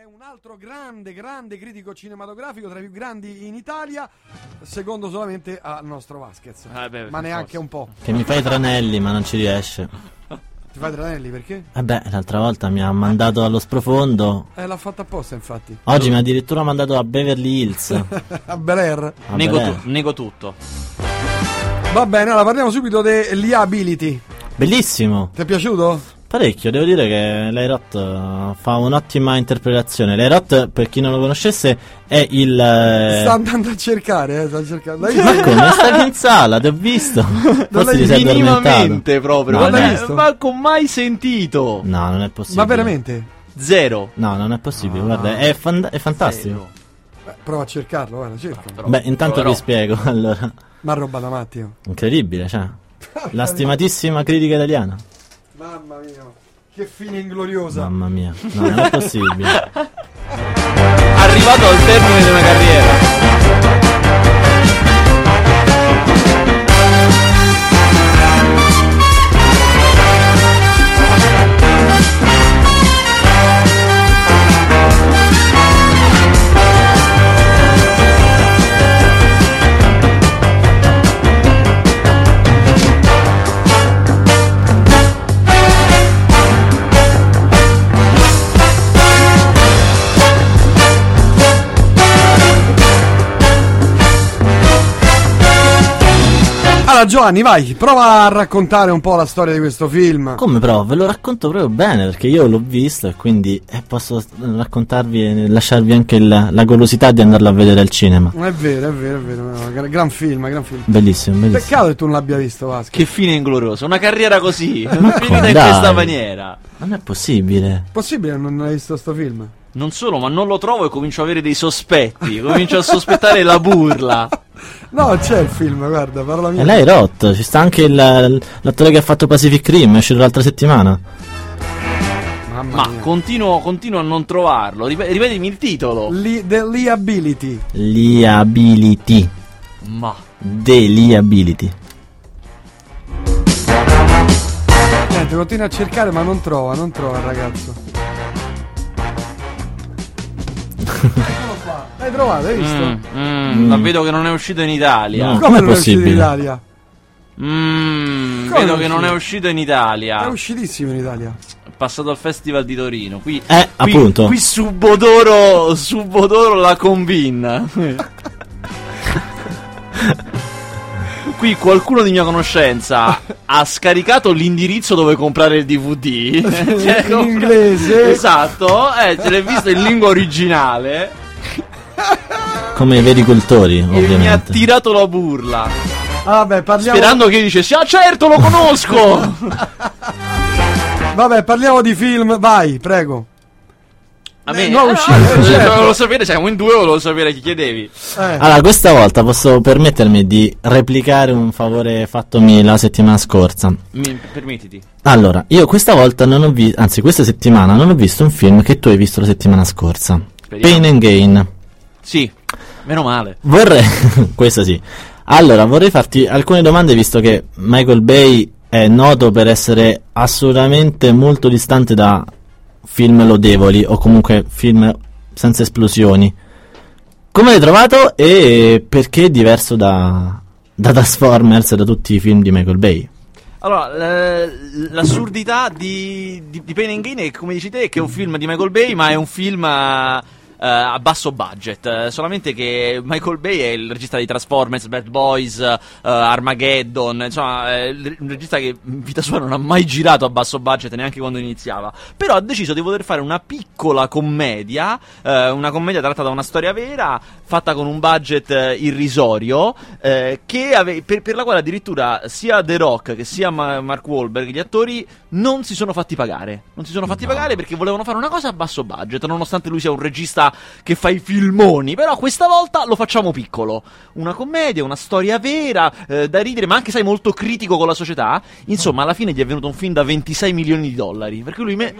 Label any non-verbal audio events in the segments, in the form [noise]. è un altro grande, grande critico cinematografico, tra i più grandi in Italia, secondo solamente al nostro Vasquez. Ah, beh, ma per neanche forza. un po'. Che mi fai i tranelli, ma non ci riesce. Ti fai i tranelli perché? Eh beh, l'altra volta mi ha mandato allo sprofondo. Eh, l'ha fatta apposta, infatti. [laughs] Oggi mi ha addirittura mandato a Beverly Hills. A A Bel Air. Nego, Bel Air. tu- nego tutto. Va bene, allora parliamo subito delle ability. Bellissimo. Ti è piaciuto? Parecchio, devo dire che l'Airot eh, fa un'ottima interpretazione. L'Airot, per chi non lo conoscesse, è il... eh, Sta andando a cercare, eh, sta cercando. Dai, Ma come? Stavi in sala, ti ho [laughs] visto. Forse l'hai ti sei addormentato. Minimamente proprio. No, guarda, l'hai visto? manco mai sentito. No, non è possibile. Ma veramente? Zero. No, non è possibile. Ah. Guarda, è, fan- è fantastico. Beh, prova a cercarlo, guarda, cerca. Zero. Beh, intanto Proverò. vi spiego. [laughs] Allora, Ma roba da matti. oh. [laughs] incredibile, cioè. La stimatissima critica italiana. Mamma mia, che fine ingloriosa. Mamma mia, no, non [laughs] è possibile. Arrivato al termine di una carriera. Allora, Giovanni, vai, prova a raccontare un po' la storia di questo film. Come però, ve lo racconto proprio bene perché io l'ho visto e quindi eh, posso eh, raccontarvi e lasciarvi anche il- la golosità di andarlo a vedere al cinema. È vero, è vero, è vero. no, gra- gran film, gran film. Bellissimo, bellissimo. Peccato che tu non l'abbia visto, Vasco. Che fine inglorioso. Una carriera così. finita in dai. questa maniera. Non è possibile. Possibile che non hai visto sto film? Non solo, ma non lo trovo e comincio ad avere dei sospetti. Comincio a sospettare la burla. No, c'è il film, guarda, parola E mia. Eh, lei è rotto, ci sta anche il- l'attore che ha fatto Pacific Rim, è uscito l'altra settimana. Mamma Ma mia. continuo, continuo a non trovarlo. Ripe- ripetimi il titolo. Li- the Liability. Liability. Ma. The Liability. Niente, continua a cercare ma non trova, non trova il ragazzo. Eccolo qua. L'hai trovato, hai visto? Mm, mm, ma vedo che non è uscito in Italia. No. Come Com'è non è uscito in possibile? Italia? Mm, Come vedo non che è non è uscito? uscito in È Ah. Italia. uscitissimo in Italia. È passato al Festival di Torino. Qui, Eh, qui- appunto. Qui Subodoro, Subodoro [laughs] la convinna. qui qualcuno di mia conoscenza ha scaricato l'indirizzo dove comprare il DVD. Cioè, In compra- inglese. Esatto, eh, ce l'hai visto in lingua originale. Come i veri cultori, E mi ha ovviamente. tirato la burla. Ah, Vabbè, parliamo Sperando che dicessi, ah certo, lo conosco! [laughs] Vabbè, parliamo di film, vai, prego. A Eh, me no, eh, uscire, no, certo. eh, volevo sapere, siamo in due, volevo sapere chi chiedevi. Eh. [laughs] Allora, questa volta posso permettermi di replicare un favore fattomi la settimana scorsa. Mi- permettiti. Allora, io questa volta non ho visto, anzi questa settimana non ho visto un film che tu hai visto la settimana scorsa. Speriamo. Pain and Gain. Sì, meno male. Vorrei, [laughs] questa sì. Allora, vorrei farti alcune domande visto che Michael Bay è noto per essere assolutamente molto distante da film lodevoli o comunque film senza esplosioni. Come l'hai trovato e perché è diverso da, da Transformers e da tutti i film di Michael Bay? Allora, eh, l'assurdità di, di, di Pain and Gain è, come dici te, è che è un film di Michael Bay, ma è un film eh, eh, a basso budget. Eh, solamente che Michael Bay è il regista di Transformers, Bad Boys, eh, Armageddon, insomma, è il un regista che in vita sua non ha mai girato a basso budget neanche quando iniziava. Però ha deciso di voler fare una piccola commedia, eh, una commedia tratta da una storia vera, fatta con un budget eh, irrisorio, eh, che ave- per, per la quale addirittura sia The Rock che sia Ma- Mark Wahlberg, gli attori, non si sono fatti pagare. Non si sono fatti pagare perché volevano fare una cosa a basso budget, nonostante lui sia un regista che fa i filmoni. Però questa volta lo facciamo piccolo. Una commedia, una storia vera, eh, da ridere, ma anche, sai, molto critico con la società. Insomma, alla fine gli è venuto un film da 26 milioni di dollari. Perché lui... Me-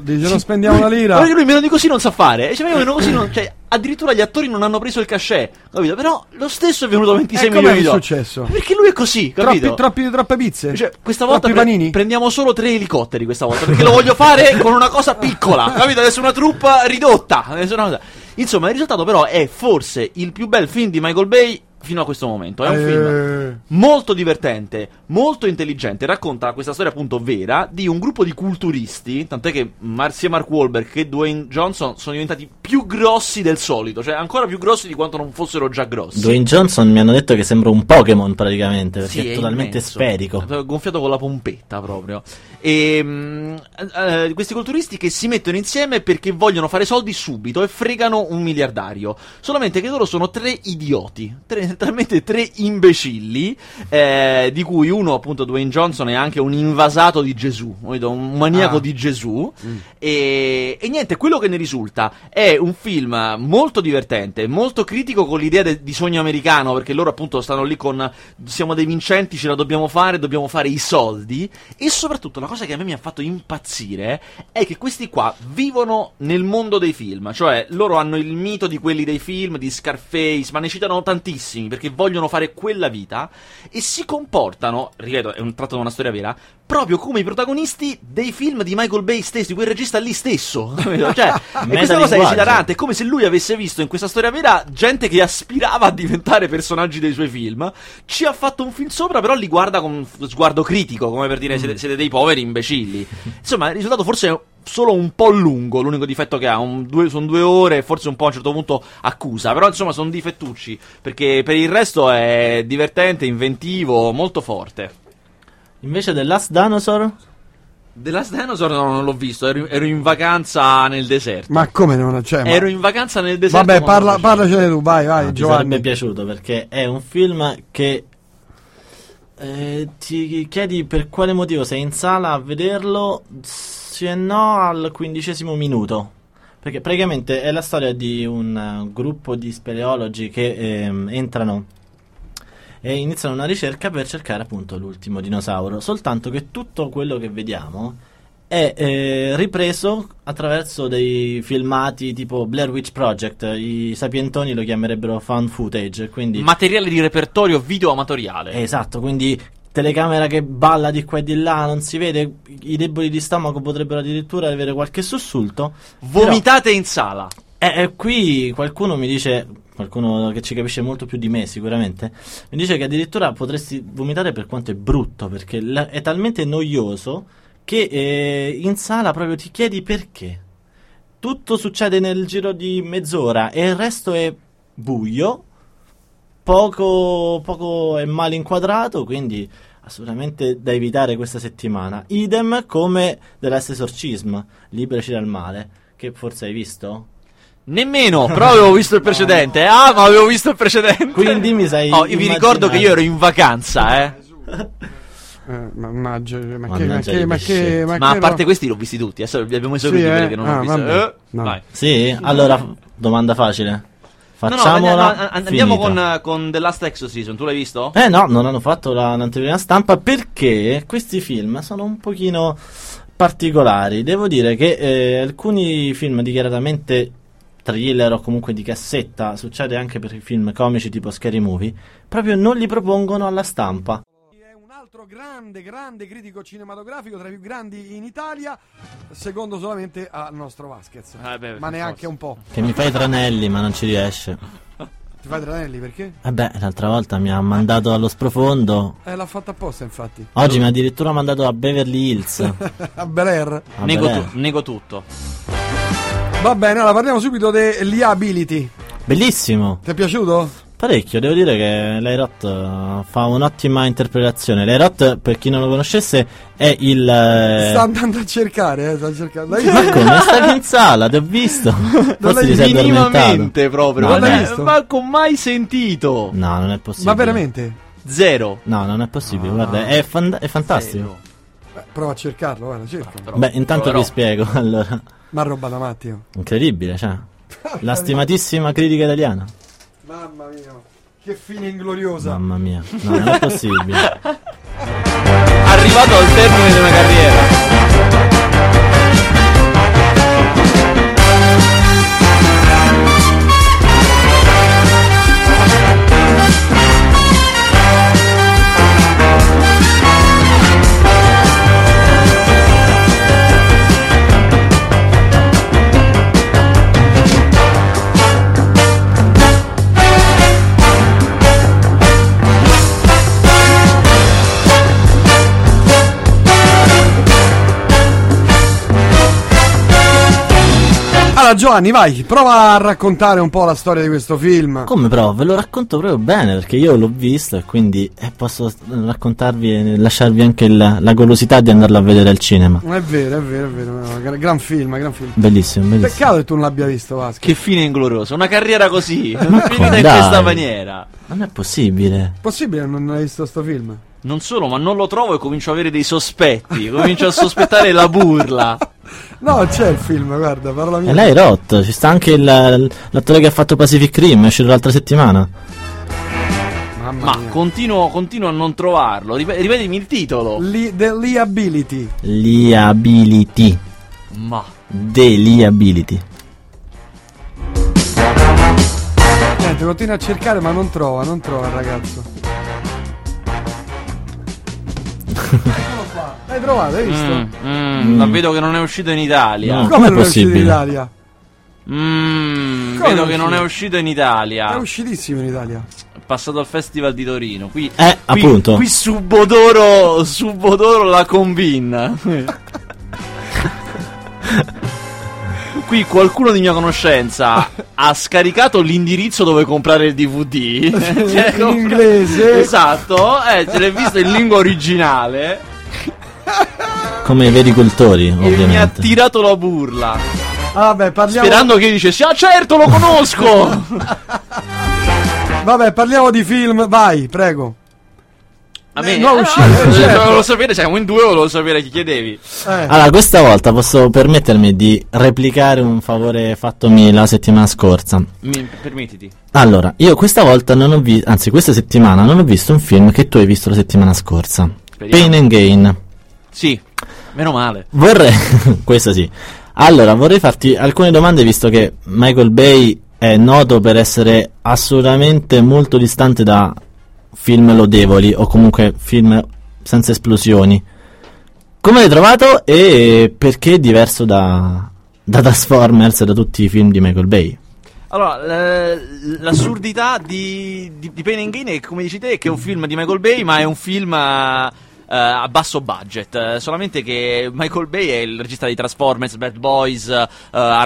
Dice, non spendiamo una lira. Guarda che lui meno di così non sa fare. E cioè, io meno così non. Cioè, addirittura gli attori non hanno preso il cachet, capito? Però lo stesso è venuto a 26 Eh, com'è milioni di il dollari. successo? Perché lui è così, capito? Troppi, troppi- troppe pizze. Cioè, questa volta troppi pre- panini. prendiamo solo tre elicotteri questa volta, perché lo voglio fare con una cosa piccola, capito? Adesso una truppa ridotta. adesso una cosa- Insomma, il risultato però è forse il più bel film di Michael Bay fino a questo momento. È un film Eh, molto divertente, molto intelligente. Racconta questa storia appunto vera di un gruppo di culturisti. Tant'è che Mar- sia Mark Wahlberg che Dwayne Johnson sono diventati più grossi del solito, cioè ancora più grossi di quanto non fossero già grossi. Dwayne Johnson mi hanno detto che sembra un Pokémon praticamente, perché Sì, è totalmente immenso. sferico. È Gonfiato con la pompetta proprio. E, mm, eh, eh, questi culturisti che si mettono insieme perché vogliono fare soldi subito e fregano un miliardario. Solamente che loro sono tre idioti, tre, [laughs] talmente tre imbecilli, eh, di cui uno, appunto, Dwayne Johnson, è anche un invasato di Gesù, capito? un maniaco Ah. di Gesù. E, e niente, quello che ne risulta è un film molto divertente, molto critico con l'idea de- di sogno americano, perché loro appunto stanno lì con siamo dei vincenti, ce la dobbiamo fare, dobbiamo fare i soldi. E soprattutto la cosa che a me mi ha fatto impazzire è che questi qua vivono nel mondo dei film, cioè loro hanno il mito di quelli dei film, di Scarface, ma ne citano tantissimi perché vogliono fare quella vita e si comportano, ripeto, è un tratto da una storia vera, proprio come i protagonisti dei film di Michael Bay stesso, di quel regista lì stesso. [laughs] capito? cioè, e questa cosa è Metalinguaggio. esilarante, è come se lui avesse visto in questa storia vera gente che aspirava a diventare personaggi dei suoi film, ci ha fatto un film sopra, però li guarda con f- sguardo critico, come per dire siete, siete dei poveri [laughs] imbecilli. Insomma, il risultato forse è solo un po' lungo, l'unico difetto che ha, un- due- sono due ore, forse un po' a un certo punto accusa, però insomma sono difettucci, perché per il resto è divertente, inventivo, molto forte. Invece The Last Dinosaur? The Last Dinosaur no, non l'ho visto, ero, ero in vacanza nel deserto. Ma come non c'è? Ma- Ero in vacanza nel deserto. Vabbè, quando parla, lo facevo. parlacene tu, vai, vai, No, ti sarebbe Giovanni. piaciuto perché è un film che eh, ti chiedi per quale motivo sei in sala a vederlo se no al quindicesimo minuto. Perché praticamente è la storia di un eh, gruppo di speleologi che ehm, entrano e iniziano una ricerca per cercare appunto l'ultimo dinosauro. Soltanto che tutto quello che vediamo è eh, ripreso attraverso dei filmati tipo Blair Witch Project. I sapientoni lo chiamerebbero fan footage. Quindi Materiale di repertorio video amatoriale. Eh, Esatto, quindi telecamera che balla di qua e di là, non si vede, i deboli di stomaco potrebbero addirittura avere qualche sussulto. Vomitate in sala. E Eh, qui qualcuno mi dice, qualcuno che ci capisce molto più di me sicuramente, mi dice che addirittura potresti vomitare per quanto è brutto, perché la- è talmente noioso che eh, in sala proprio ti chiedi perché. Tutto succede nel giro di mezz'ora e il resto è buio, poco, poco è mal inquadrato, quindi assolutamente da evitare questa settimana. Idem come The Last Exorcism, Liberaci dal male, che forse hai visto? Nemmeno, però avevo visto [laughs] il precedente. Ah, ma avevo visto il precedente. Quindi mi sei Oh, io vi ricordo immaginato. che io ero in vacanza, eh. Eh, mannaggia, ma che, ma Mannaggia che, i ma che, ma Ma che a parte ro- questi li ho visti tutti. Adesso vi abbiamo messo Sì, tutti eh? quelli che non Ah, ho visto. vabbè. Eh, No. Vai. [laughs] Sì, allora f- domanda facile. No, no, andiamo- Facciamola. an- andiamo finita. con, eh, con The Last Exorcism. Tu l'hai visto? Eh no, non hanno fatto la- l'anteprima stampa perché questi film sono un pochino particolari. Devo dire che eh, alcuni film dichiaratamente thriller o comunque di cassetta, succede anche per i film comici tipo Scary Movie, proprio non li propongono alla stampa. È un altro grande, grande critico cinematografico, tra i più grandi in Italia, secondo solamente a nostro Vasquez. Eh, beh, ma per neanche forza. un po'. Che mi fai i tranelli ma non ci riesce. Ti fai tranelli perché? Vabbè, l'altra volta mi ha mandato allo sprofondo. Eh, l'ha fatta apposta, infatti. [laughs] Oggi mi ha addirittura mandato a Beverly Hills. A A Bel Air. [laughs] Nego, Bel Air. tu- nego tutto. Va bene, allora parliamo subito dell'e-ability. Bellissimo. Ti è piaciuto? Parecchio, devo dire che l'Airot eh, fa un'ottima interpretazione. L'Airot, per chi non lo conoscesse, è il. eh, Sta andando a cercare, eh, sta cercando. [laughs] L'hai Ma visto? come? Stavi [laughs] in sala, ti ho visto. Forse ti sei addormentato. Minimamente proprio. No, Non l'hai è- visto? Ma con mai sentito. No, non è possibile. Ma veramente? Zero. No, non è possibile, Ah. guarda, è, fan- è fantastico. Zero. Beh, prova a cercarlo, guarda, cerca. Però- Beh, intanto però- vi spiego, [laughs] allora. Ma roba da matti. oh. [laughs] Incredibile, cioè. La stimatissima critica italiana. Mamma mia, che fine ingloriosa. Mamma mia. No, non è possibile. Arrivato al termine di una carriera. Allora Giovanni, vai, prova a raccontare un po' la storia di questo film. Come però? Ve lo racconto proprio bene perché io l'ho visto e quindi eh, posso raccontarvi e lasciarvi anche la, la golosità di andarlo a vedere al cinema. È vero, è vero, è vero. no, gra- gran film, gran film. Bellissimo, bellissimo. Peccato che tu non l'abbia visto, Vasco. Che fine inglorioso, una carriera [laughs] così, finita in dai. questa maniera. Non è possibile. Possibile che non hai visto sto film? Non solo, ma non lo trovo e comincio ad avere dei sospetti, comincio a sospettare la [laughs] burla. No, c'è il film, guarda, parola E mia. lei è rotto, ci sta anche il- l'attore che ha fatto Pacific Rim, è uscito l'altra settimana. Mamma Ma mia. continuo, continuo a non trovarlo. Ripe- ripetimi il titolo. Li- the Liability. Liability. Ma The Liability. Niente, continua a cercare ma non trova, non trova il ragazzo. Eccolo qua. L'hai trovato, hai visto? Mm, mm, la vedo che non è uscito in Italia. No. Come Com'è non è uscito in possibile? Italia? Mm, Come vedo non che non è uscito? uscito in È Italia. uscitissimo in Italia. È passato al Festival di Torino. Qui, Eh, qui- appunto. Qui Subodoro, Subodoro la convinna. qui qualcuno di mia conoscenza ha scaricato l'indirizzo dove comprare il DVD. Cioè, in com- inglese. Esatto, eh, ce l'hai visto in lingua originale. Come i veri cultori, E mi ha ovviamente. tirato la burla. Ah, vabbè, parliamo, Sperando che io dicessi, ah certo, lo conosco! vabbè, parliamo di film, vai, prego. A Eh, me no, eh, uscire, eh, certo. Volevo sapere, siamo in due, volevo sapere chi chiedevi. Eh. Allora, questa volta posso permettermi di replicare un favore fattomi la settimana scorsa. Mi- permettiti. Allora, io questa volta non ho visto, anzi questa settimana non ho visto un film che tu hai visto la settimana scorsa. Speriamo. Pain and Gain. Sì, meno male. Vorrei, [laughs] questa sì. Allora, vorrei farti alcune domande visto che Michael Bay è noto per essere assolutamente molto distante da film lodevoli o comunque film senza esplosioni. Come l'hai trovato e perché è diverso da, da Transformers e da tutti i film di Michael Bay? Allora, l- l'assurdità di, di, di Pain and Gain è, come dici te, che è un film di Michael Bay, ma è un film eh, eh, a basso budget. Eh, solamente che Michael Bay è il regista di Transformers, Bad Boys, eh,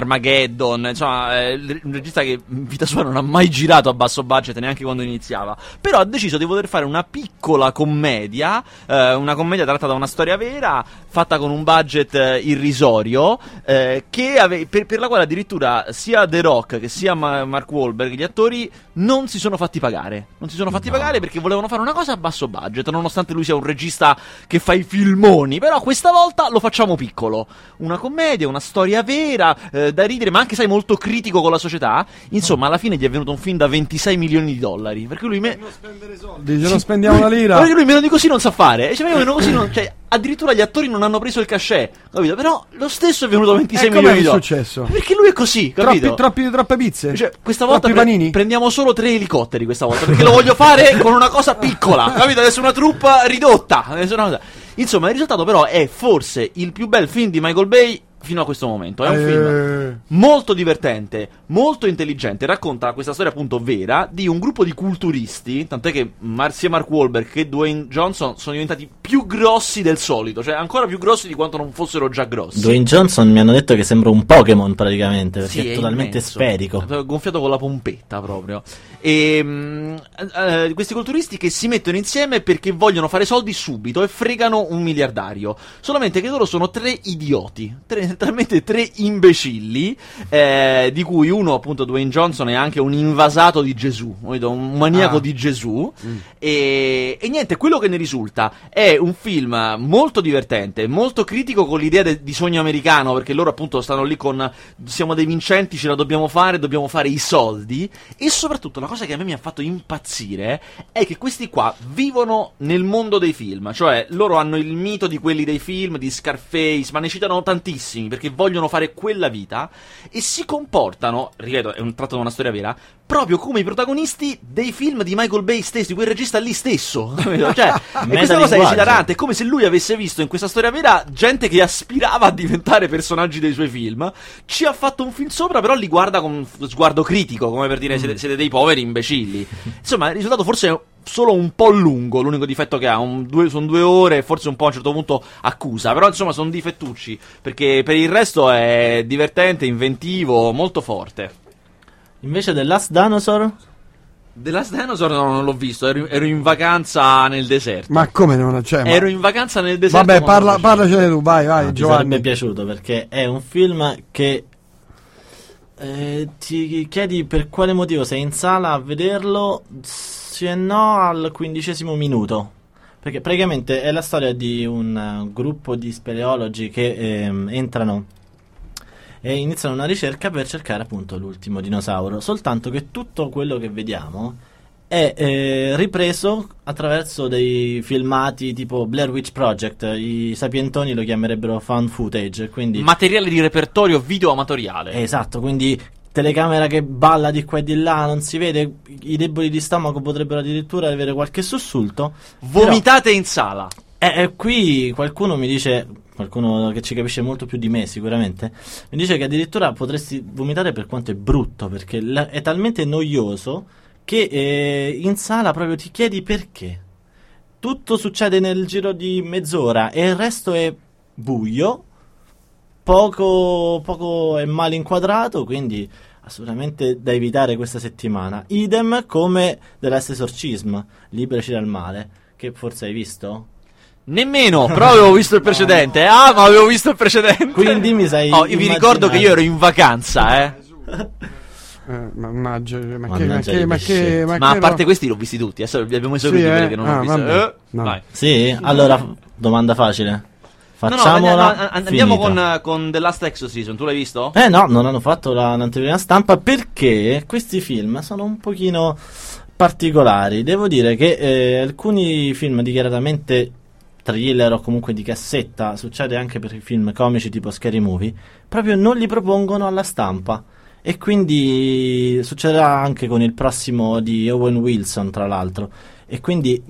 Armageddon, insomma, è il re- un regista che in vita sua non ha mai girato a basso budget neanche quando iniziava. Però ha deciso di voler fare una piccola commedia, eh, una commedia tratta da una storia vera, fatta con un budget eh, irrisorio, eh, che ave- per, per la quale addirittura sia The Rock che sia Ma- Mark Wahlberg, gli attori, non si sono fatti pagare. Non si sono fatti pagare perché volevano fare una cosa a basso budget, nonostante lui sia un regista che fa i filmoni. Però questa volta lo facciamo piccolo. Una commedia, una storia vera, eh, da ridere, ma anche, sai, molto critico con la società. Insomma, alla fine gli è venuto un film da 26 milioni di dollari. Perché lui... Me- Dice, non spendiamo la lira. ma perché lui meno di così non sa fare. E Cioè, meno così non- cioè, addirittura gli attori non hanno preso il cachet, capito? Però lo stesso è venuto a 26 Eh, com'è milioni di che è dollari. successo? Perché lui è così, capito? Troppi, troppi, troppe pizze. Cioè, questa volta troppi pre- panini. prendiamo solo tre elicotteri questa volta, perché lo voglio fare con una cosa piccola, capito? Adesso una truppa ridotta. adesso una cosa- Insomma, il risultato però è forse il più bel film di Michael Bay fino a questo momento. È un film Eh, molto divertente, molto intelligente. Racconta questa storia appunto vera di un gruppo di culturisti. Tant'è che Mar- sia Mark Wahlberg che Dwayne Johnson sono diventati più grossi del solito, cioè ancora più grossi di quanto non fossero già grossi. Dwayne Johnson mi hanno detto che sembra un Pokémon praticamente, perché Sì, è totalmente immenso. sferico. È Gonfiato con la pompetta proprio. E, mm, eh, eh, questi culturisti che si mettono insieme perché vogliono fare soldi subito e fregano un miliardario. Solamente che loro sono tre idioti, tre, [laughs] talmente tre imbecilli, eh, di cui uno, appunto, Dwayne Johnson, è anche un invasato di Gesù, capito? un maniaco Ah. di Gesù. E, e niente, quello che ne risulta è un film molto divertente, molto critico con l'idea de- di sogno americano, perché loro appunto stanno lì con siamo dei vincenti, ce la dobbiamo fare, dobbiamo fare i soldi. E soprattutto la cosa che a me mi ha fatto impazzire è che questi qua vivono nel mondo dei film, cioè loro hanno il mito di quelli dei film, di Scarface, ma ne citano tantissimi perché vogliono fare quella vita e si comportano, ripeto, è un tratto da una storia vera, proprio come i protagonisti dei film di Michael Bay stesso, di quel regista lì stesso. [laughs] capito? cioè, e questa cosa è Metalinguaggio. esilarante, è come se lui avesse visto in questa storia vera gente che aspirava a diventare personaggi dei suoi film, ci ha fatto un film sopra, però li guarda con f- sguardo critico, come per dire siete, siete dei poveri imbecilli. Insomma, il risultato forse è solo un po' lungo, l'unico difetto che ha, un- due- sono due ore, forse un po' a un certo punto accusa, però insomma sono difettucci, perché per il resto è divertente, inventivo, molto forte. Invece The Last Dinosaur? The Last Dinosaur no, non l'ho visto, ero, ero in vacanza nel deserto. Ma come non c'è? Eh, Ma- Ero in vacanza nel deserto. Vabbè, quando parla, cioè, lo parlacene tu, facevo. vai, vai, No, Ah, ti sarebbe Ah, Giovanni. piaciuto perché è un film che eh, ti chiedi per quale motivo sei in sala a vederlo se no al quindicesimo minuto. Perché praticamente è la storia di un eh, gruppo di speleologi che ehm, entrano e iniziano una ricerca per cercare appunto l'ultimo dinosauro. Soltanto che tutto quello che vediamo è eh, ripreso attraverso dei filmati tipo Blair Witch Project. I sapientoni lo chiamerebbero fan footage. Quindi Materiale di repertorio video amatoriale. Eh, Esatto, quindi telecamera che balla di qua e di là, non si vede, i deboli di stomaco potrebbero addirittura avere qualche sussulto. Vomitate in sala. E e Eh, qui qualcuno mi dice, qualcuno che ci capisce molto più di me sicuramente, mi dice che addirittura potresti vomitare per quanto è brutto, perché la- è talmente noioso che eh, in sala proprio ti chiedi perché. Tutto succede nel giro di mezz'ora e il resto è buio, poco, poco è mal inquadrato, quindi assolutamente da evitare questa settimana. Idem come The Last Exorcism, Liberaci dal male, che forse hai visto? Nemmeno, però avevo visto [laughs] il precedente. Ah, ma avevo visto il precedente. Quindi mi sei Oh, io vi ricordo immaginato. che io ero in vacanza, eh. Eh, mannaggia, ma che, ma Mannaggia che, i ma che, pescetti. ma Ma che a parte ro- questi li ho visti tutti. Adesso li abbiamo esauriti Sì, quelli eh? che non Ah, ho visto. vabbè. Eh, No. Vai. Sì, allora f- domanda facile. No, no, and- Facciamola. and- andiamo finita. con, eh, con The Last Exorcism. Tu l'hai visto? Eh no, non hanno fatto la- l'anteprima stampa perché questi film sono un pochino particolari. Devo dire che eh, alcuni film dichiaratamente thriller o comunque di cassetta, succede anche per i film comici tipo Scary Movie, proprio non li propongono alla stampa. E quindi succederà anche con il prossimo di Owen Wilson, tra l'altro. E quindi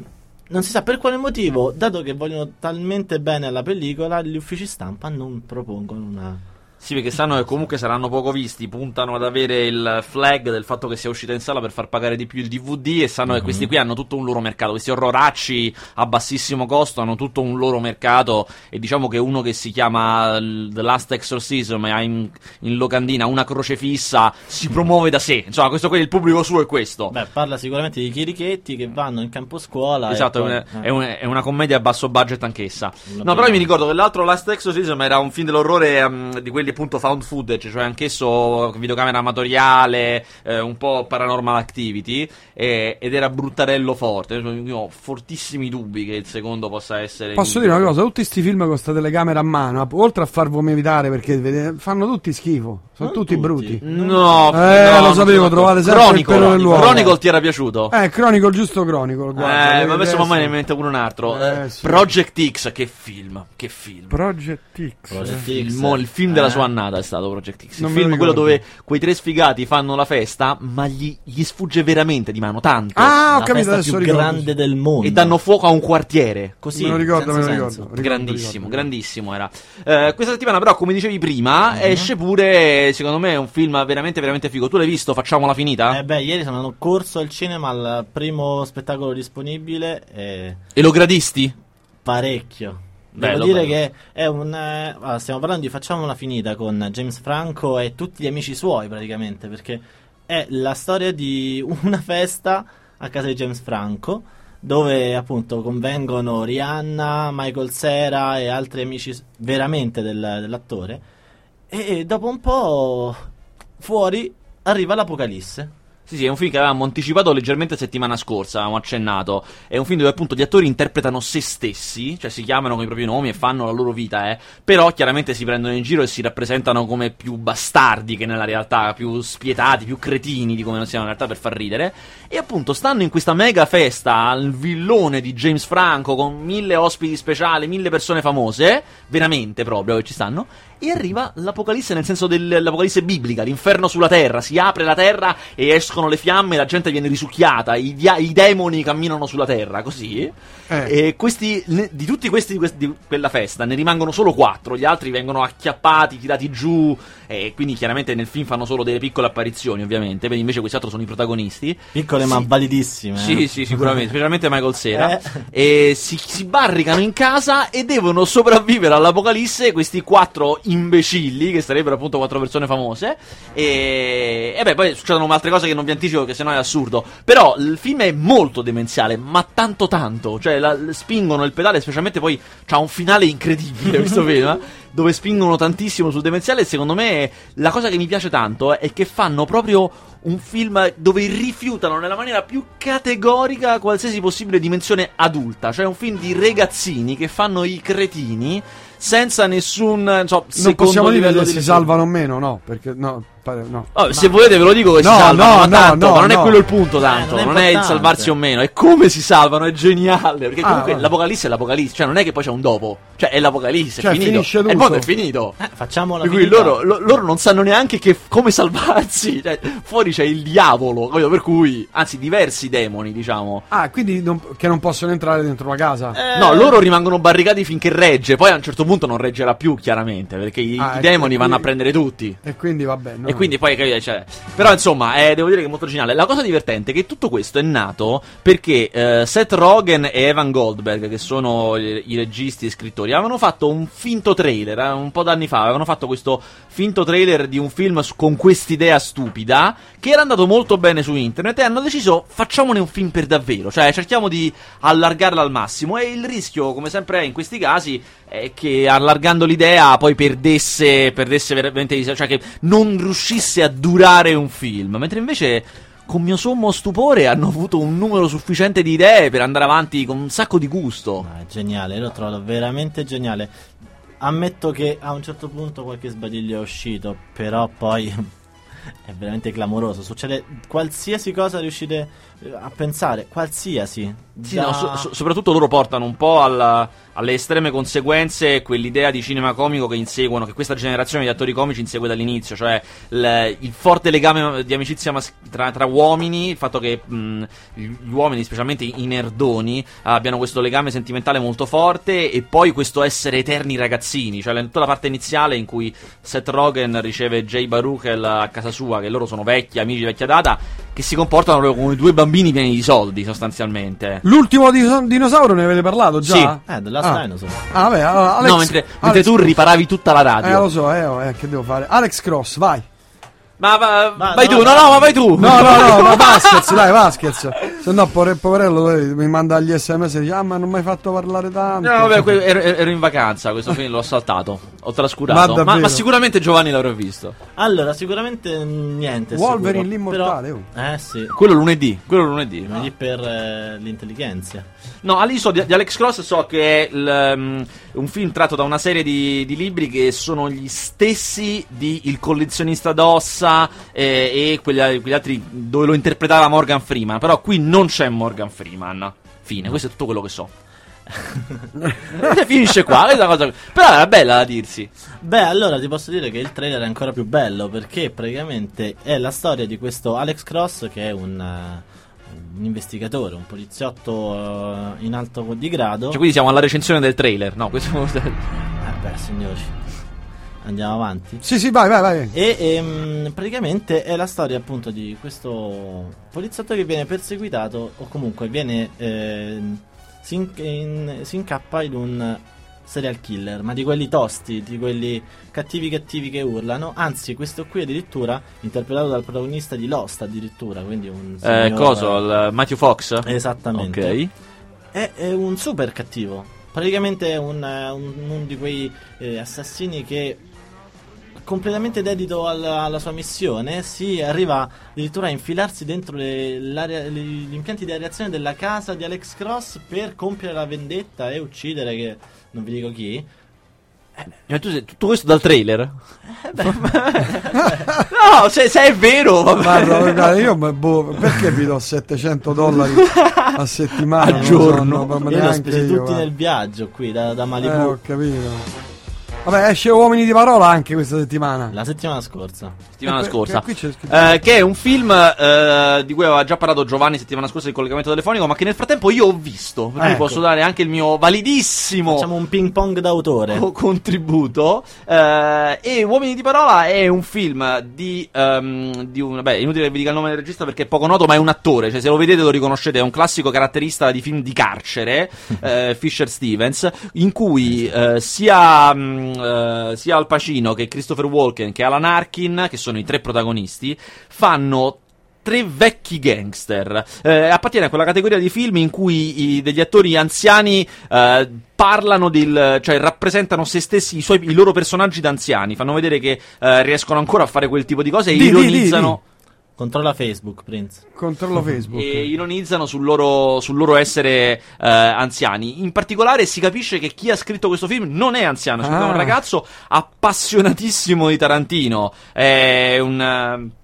non si sa per quale motivo, dato che vogliono talmente bene alla pellicola, gli uffici stampa non propongono una Sì, perché sanno che comunque saranno poco visti, puntano ad avere il flag del fatto che sia uscita in sala per far pagare di più il DVD e sanno che questi qui hanno tutto un loro mercato, questi orroracci a bassissimo costo hanno tutto un loro mercato e diciamo che uno che si chiama l- The Last Exorcism e ha in, in locandina una croce fissa si promuove da sé, insomma questo qui il pubblico suo è questo. Beh, parla sicuramente di chirichetti che vanno in campo scuola. e Esatto, è poi- un- eh. è, un- è una commedia a basso budget anch'essa. No, Una però prima. io mi ricordo che l'altro Last Exorcism era un film dell'orrore ehm, di quelli appunto found footage, cioè anch'esso videocamera amatoriale, eh, un po' paranormal activity, eh, ed era bruttarello forte. Io ho fortissimi dubbi che il secondo possa essere... Posso dire una cosa, tutti questi film con questa telecamera a mano, a- oltre a far vomitare perché vede- fanno tutti schifo, sono Non tutti, tutti. brutti. No, Eh, no, lo sapevo, non sono- trovate sempre il Chronicle, pelo nell'uovo. Chronicle ti era piaciuto? Eh, Chronicle, giusto Chronicle, guarda. eh, ma adesso adesso- mamma ne mente pure un altro. Eh, Eh, sì. Project X, che film, che film. Project X. Project Il, X. mo- il film della Eh. sua annata è stato Project X. Il Non me lo film quello ricordo. dove quei tre sfigati fanno la festa, ma gli, gli sfugge veramente di mano, tanto. Ah, ho La capito, festa adesso più ricordo. grande del mondo. E danno fuoco a un quartiere. così. me lo ricordo, senza me lo ricordo. senso. ricordo, grandissimo, ricordo. grandissimo era. Eh, questa settimana, però, come dicevi Mhm. prima, esce pure, secondo me, un film veramente, veramente figo. Tu l'hai visto? Facciamola finita? Eh beh, ieri sono andato corso al cinema al primo spettacolo disponibile. E E lo gradisti? parecchio. Bello, Devo dire bello. che è un. eh, allora, stiamo parlando di Facciamo una finita con James Franco e tutti gli amici suoi, praticamente. Perché è la storia di [laughs] una festa a casa di James Franco. Dove appunto convengono Rihanna, Michael Cera e altri amici s- veramente del- dell'attore. E, e dopo un po' fuori arriva l'apocalisse. Sì, sì, è un film che avevamo anticipato leggermente settimana scorsa, avevamo accennato. È un film dove appunto gli attori interpretano se stessi, cioè si chiamano con i propri nomi e fanno la loro vita, eh. Però chiaramente si prendono in giro e si rappresentano come più bastardi che nella realtà, più spietati, più cretini di come non siamo in realtà per far ridere. E appunto stanno in questa mega festa al villone di James Franco con mille ospiti speciali, mille persone famose, veramente proprio che ci stanno. e arriva l'Apocalisse nel senso dell'Apocalisse biblica, l'inferno sulla terra, si apre la terra e escono le fiamme, la gente viene risucchiata, i, dia- i demoni camminano sulla terra, così. Eh. E questi, ne- di tutti questi di quest- di quella festa ne rimangono solo quattro, gli altri vengono acchiappati, tirati giù e quindi chiaramente nel film fanno solo delle piccole apparizioni ovviamente, quindi invece questi altri sono i protagonisti. Piccole ma Sì. validissime. Sì, eh. sì, sicuramente, specialmente Michael Sera. Eh. E si, si barricano in casa e devono sopravvivere all'apocalisse questi quattro imbecilli, che sarebbero appunto quattro persone famose. E, e beh, poi succedono altre cose che non vi anticipo, che sennò è assurdo. Però il film è molto demenziale, ma tanto tanto. Cioè, la- l- spingono il pedale, specialmente poi c'ha un finale incredibile [laughs] questo film. eh, Dove spingono tantissimo sul demenziale e secondo me la cosa che mi piace tanto è che fanno proprio un film dove rifiutano nella maniera più categorica qualsiasi possibile dimensione adulta, cioè un film di ragazzini che fanno i cretini senza nessun non so, Non secondo possiamo dire livello che di si lettura. salvano o meno, no, perché no, pare, no. Oh, se volete ve lo dico che No, si salvano, no, ma no, tanto, no, ma non è no. quello il punto tanto, Eh, non è non, è, il importante. salvarsi o meno, è come si salvano, è geniale, perché Ah, comunque vabbè. l'Apocalisse è l'Apocalisse, cioè non è che poi c'è un dopo, cioè è l'Apocalisse, Cioè, è finito, finisce e tutto. poi è finito. Eh, facciamo la Per cui verità. loro, lo- loro non sanno neanche che- come salvarsi. [laughs] Cioè, fuori c'è il diavolo. capito? Per cui, anzi, diversi demoni, diciamo. Ah, quindi non- che non possono entrare dentro la casa. Eh, No, loro rimangono barricati finché regge. Poi a un certo punto non reggerà più, chiaramente. Perché i, Ah, i ecco, demoni vanno a quindi- prendere tutti. E quindi va bene. E quindi poi capito, cioè- Però insomma, eh, devo dire che è molto originale. La cosa divertente è che tutto questo è nato perché eh, Seth Rogen e Evan Goldberg, che sono i, i registi e scrittori, avevano fatto un finto trailer eh, un po' d'anni fa. Avevano fatto questo finto trailer di un film s- con quest'idea stupida che era andato molto bene su internet e hanno deciso facciamone un film per davvero, cioè cerchiamo di allargarla al massimo e il rischio, come sempre è in questi casi, è che allargando l'idea poi perdesse, perdesse veramente, di sé, cioè che non riuscisse a durare un film, mentre invece con mio sommo stupore hanno avuto un numero sufficiente di idee per andare avanti con un sacco di gusto. No, è geniale, l'ho trovato veramente geniale. Ammetto che a un certo punto qualche sbadiglio è uscito, però poi [laughs] è veramente clamoroso. Succede qualsiasi cosa riuscite eh, a pensare, qualsiasi. Sì, Da- no, so- so- soprattutto loro portano un po' alla- alle estreme conseguenze quell'idea di cinema comico che inseguono, che questa generazione di attori comici insegue dall'inizio, cioè l- il forte legame di amicizia mas- tra, tra uomini, il fatto che mh, gli uomini, specialmente i nerdoni, abbiano questo legame sentimentale molto forte e poi questo essere eterni ragazzini, cioè la- tutta la parte iniziale in cui Seth Rogen riceve Jay Baruchel a casa sua, che loro sono vecchi, amici di vecchia data, che si comportano proprio come due bambini pieni di soldi sostanzialmente. L'ultimo dis- dinosauro ne avete parlato già? Sì. Eh, The Last Ah. Dinosaur. Ah, vabbè, allora, Alex, no, mentre, Alex- mentre tu riparavi tutta la radio. Eh, lo so, eh, oh, eh, che devo fare? Alex Cross, vai. Ma va- Ma vai no, tu, no, no. Oh, no, ma vai tu. No, no, no, ma Vasquez, dai, Vasquez. Se no, pore- poverello, eh, mi manda gli sms e dice, ah, ma non mi hai fatto parlare tanto. Cioè, No, vabbè, que- ero, ero in vacanza, questo film l'ho saltato, ho trascurato. Ma Ma, davvero? ma sicuramente Giovanni l'avrò visto. Allora, sicuramente mm, niente. Wolverine sicuro, l'immortale, oh. però- Eh sì, Quello lunedì, quello lunedì. lunedì per eh, l'intelligenza. No, Ali so di, di Alex Cross so che è il, um, un film tratto da una serie di, di libri che sono gli stessi di Il collezionista d'ossa eh, e quegli, al- quegli altri dove lo interpretava Morgan Freeman. Però qui non c'è Morgan Freeman. Fine, questo è tutto quello che so. Cioè, Finisce qua, questa cosa. Però era bella da dirsi. Cioè, Beh, allora ti posso dire che il trailer è ancora più bello perché praticamente è la storia di questo Alex Cross che è un, eh, un investigatore, un poliziotto eh, in alto di grado. Cioè, quindi siamo alla recensione del trailer. No, questo Eh beh, signori, andiamo avanti. Sì, sì, vai, vai, vai. E ehm, praticamente è la storia appunto di questo poliziotto che viene perseguitato o comunque viene ehm, si, in- in- si incappa in un serial killer, ma di quelli tosti, di quelli cattivi cattivi che urlano. Anzi, questo qui addirittura interpretato dal protagonista di Lost addirittura, quindi un eh, signor- coso, il Matthew Fox. Esattamente. Ok. È, è un super cattivo. Praticamente è un, eh, un- uno di quei eh, assassini che completamente dedito al- alla sua missione si arriva addirittura a infilarsi dentro le- l'area- le- gli impianti di aerazione della casa di Alex Cross per compiere la vendetta e uccidere che non vi dico chi Ma Eh, tu sei- tutto questo dal trailer? Eh, [laughs] no, se, se è vero, vabbè. Guarda, guarda, io ma boh, perché vi do 700 dollari a settimana? A Non lo giorno. so, no, ma io li ho neanche spesi io, tutti guarda. boh. nel viaggio qui da, da Eh, Malibu ho capito. Vabbè, esce Uomini di Parola anche questa settimana. La settimana scorsa. settimana Eh, scorsa. qui c'è scritto- Eh, che è un film eh, di cui aveva già parlato Giovanni settimana scorsa in collegamento telefonico, ma che nel frattempo io ho visto. Per cui Ecco. posso dare anche il mio validissimo Facciamo un ping pong d'autore. co- [laughs] contributo. eh, e Uomini di Parola è un film di, ehm, di un. Beh, inutile che vi dica il nome del regista perché è poco noto, ma è un attore. Cioè, se lo vedete lo riconoscete. È un classico caratterista di film di carcere, eh, Fisher Stevens, in cui eh, sia, mm, eh, sia Al Pacino che Christopher Walken che Alan Arkin, che sono i tre protagonisti, fanno tre vecchi gangster. Eh, appartiene a quella categoria di film in cui i- degli attori anziani eh, parlano del. cioè rappresentano se stessi, i, suoi- i loro personaggi d'anziani. Fanno vedere che eh, riescono ancora a fare quel tipo di cose e Di, di, di, ironizzano. Controlla Facebook, Prince. Controllo Facebook. E ironizzano sul loro, sul loro essere eh, anziani. In particolare si capisce che chi ha scritto questo film non è anziano, è Ah. un ragazzo appassionatissimo di Tarantino. È un. eh,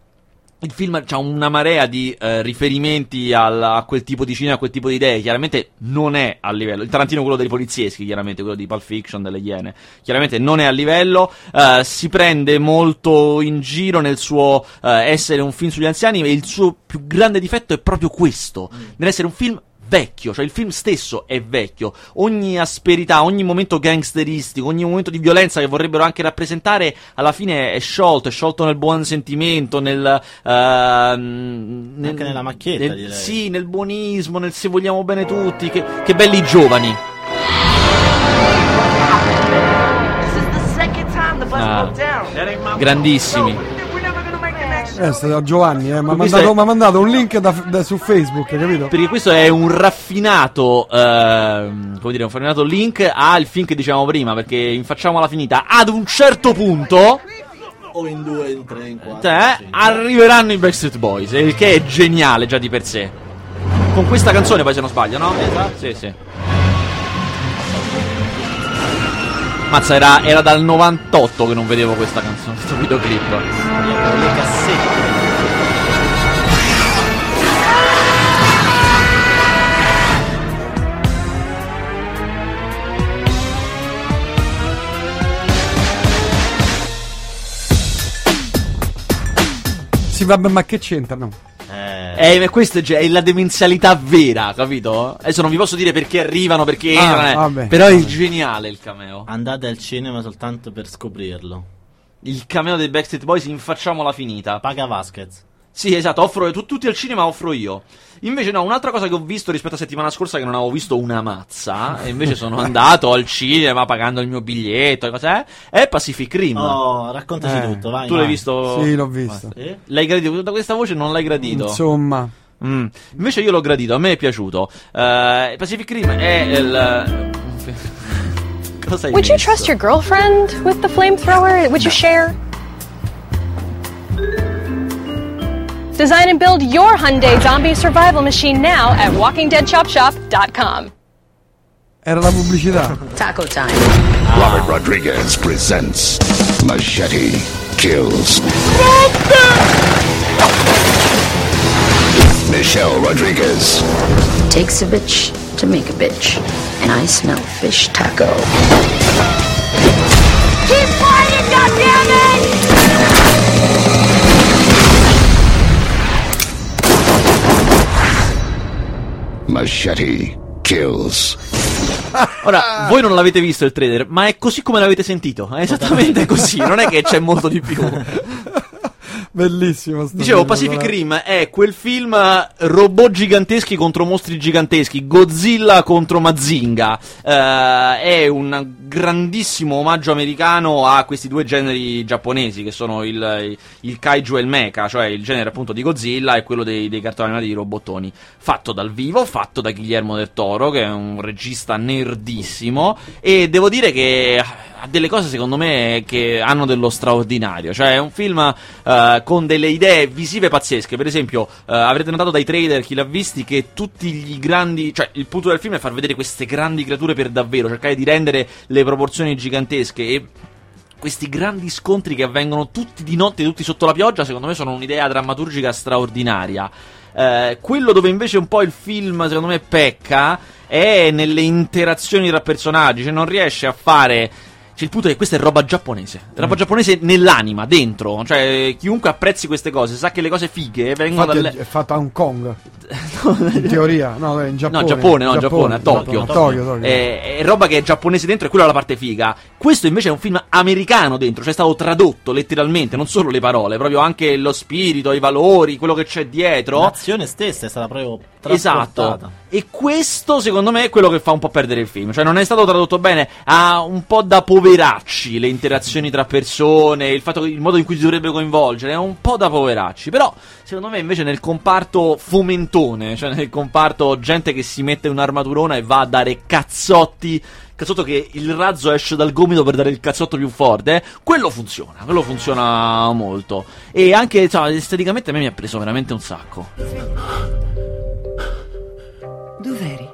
il film ha una marea di eh, riferimenti al- a quel tipo di cinema, a quel tipo di idee. Chiaramente non è a livello. Il Tarantino è quello dei polizieschi, chiaramente, quello di Pulp Fiction, delle Iene. Chiaramente non è a livello. eh, si prende molto in giro nel suo eh, essere un film sugli anziani. E il suo più grande difetto è proprio questo: nell'essere un film vecchio, cioè il film stesso è vecchio. Ogni asperità, ogni momento gangsteristico, ogni momento di violenza che vorrebbero anche rappresentare, alla fine è sciolto, è sciolto nel buon sentimento, nel... ehm, nel- Anche nella macchietta, nel- direi. Sì, nel buonismo, nel se vogliamo bene tutti, che, che belli giovani. This is the second time the bus Ah. broke down. Grandissimi. We're never gonna make the next Eh, sta- Giovanni, eh, mi ha Questo mandato, è- m'ha mandato un link da- da- su Facebook, hai capito? Perché questo è un raffinato, ehm, come dire, un raffinato link al film che dicevamo prima, perché in facciamo la finita. Ad un certo punto... O in due, in tre, in quattro. Cioè, arriveranno i Backstreet Boys, il che è geniale già di per sé. Con questa canzone poi se non sbaglio, no? Sì, sì. Mazza, era, era dal 98 che non vedevo questa canzone, [laughs] questo videoclip. le cassette. Sì, vabbè, ma che c'entra? No. Eh, Eh, ma questa è, ge- è la demenzialità vera, capito? Adesso non vi posso dire perché arrivano, perché Ah, entrano, eh, vabbè. però è geniale il cameo. Andate al cinema soltanto per scoprirlo. Il cameo dei Backstreet Boys in facciamola finita. Paga Vasquez. Sì, esatto, offro tu- tutti al cinema offro io. Invece no, un'altra cosa che ho visto rispetto a settimana scorsa che non avevo visto una mazza, e invece sono andato al cinema pagando il mio biglietto e cos'è, è Pacific Rim. Oh, raccontaci Eh, tutto, vai. tu vai. l'hai visto? Sì, l'ho visto. Eh? L'hai gradito? Da questa voce non l'hai gradito. Insomma, Mm. Invece io l'ho gradito, a me è piaciuto. Eh, Pacific Rim è il... [laughs] Cosa hai Would you messo? trust your girlfriend with the flamethrower? Would you share? Design and build your Hyundai zombie survival machine now at walkingdeadchopshop.com. era la [laughs] pubblicità. Taco time. Robert Rodriguez presents Machete Kills. Michelle Rodriguez, Takes a bitch to make a bitch. And I smell fish taco. Keep fighting, goddammit! Machete Kills. Ora, Ah. voi non l'avete visto il trailer, ma è così come l'avete sentito. È esattamente così, non è che c'è molto di [laughs] più. Bellissimo. sto Dicevo, film, Pacific guarda. Rim è quel film eh, robot giganteschi contro mostri giganteschi, Godzilla contro Mazinga. Eh, è un grandissimo omaggio americano a questi due generi giapponesi che sono il, il kaiju e il mecha, cioè il genere appunto di Godzilla e quello dei, dei cartoni animati di robottoni. Fatto dal vivo, fatto da Guillermo del Toro, che è un regista nerdissimo. E devo dire che ha delle cose secondo me che hanno dello straordinario. Cioè, è un film eh, con delle idee visive pazzesche. Per esempio, eh, avrete notato dai trailer, chi l'ha visti, che tutti gli grandi. Cioè, il punto del film è far vedere queste grandi creature per davvero, cercare di rendere le proporzioni gigantesche. E questi grandi scontri che avvengono tutti di notte, tutti sotto la pioggia, secondo me sono un'idea drammaturgica straordinaria. Eh, quello dove invece un po' il film, secondo me, pecca è nelle interazioni tra personaggi, cioè non riesce a fare. Cioè, il punto è che questa è roba giapponese. Roba giapponese nell'anima, dentro. Cioè, chiunque apprezzi queste cose sa che le cose fighe vengono Infatti dalle. è, è fatta a Hong [laughs] Kong. in teoria, no, in Giappone. No, Giappone, no, Giappone, a Tokyo. A Tokyo, Tokyo. Eh, è roba che è giapponese dentro e quella è la parte figa. Questo invece è un film americano dentro, cioè è stato tradotto letteralmente, non solo le parole, proprio anche lo spirito, i valori, quello che c'è dietro. L'azione stessa è stata proprio Esatto. trasportata. E questo, secondo me, è quello che fa un po' perdere il film. Cioè, non è stato tradotto bene. Ha un po' da poveracci le interazioni tra persone, il, fatto che- il modo in cui si dovrebbe coinvolgere. È un po' da poveracci. Però, secondo me, invece, nel comparto fomentone, cioè nel comparto gente che si mette un'armaturona e va a dare cazzotti. Cazzotto che il razzo esce dal gomito per dare il cazzotto più forte, eh, quello funziona, quello funziona molto. E anche, insomma, esteticamente a me mi ha preso veramente un sacco. Dov'eri?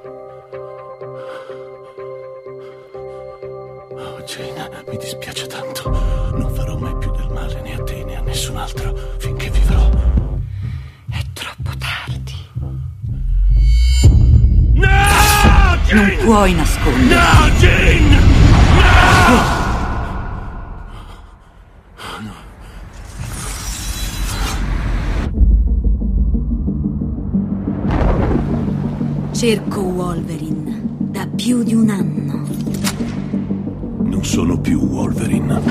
Oh, Jane, mi dispiace tanto. Non farò mai più del male né a te né a nessun altro finché vivrò. È troppo tardi. No, Non Jane! puoi nasconderti. No, Jane! Cerco Wolverine da più di un anno. Non sono più Wolverine.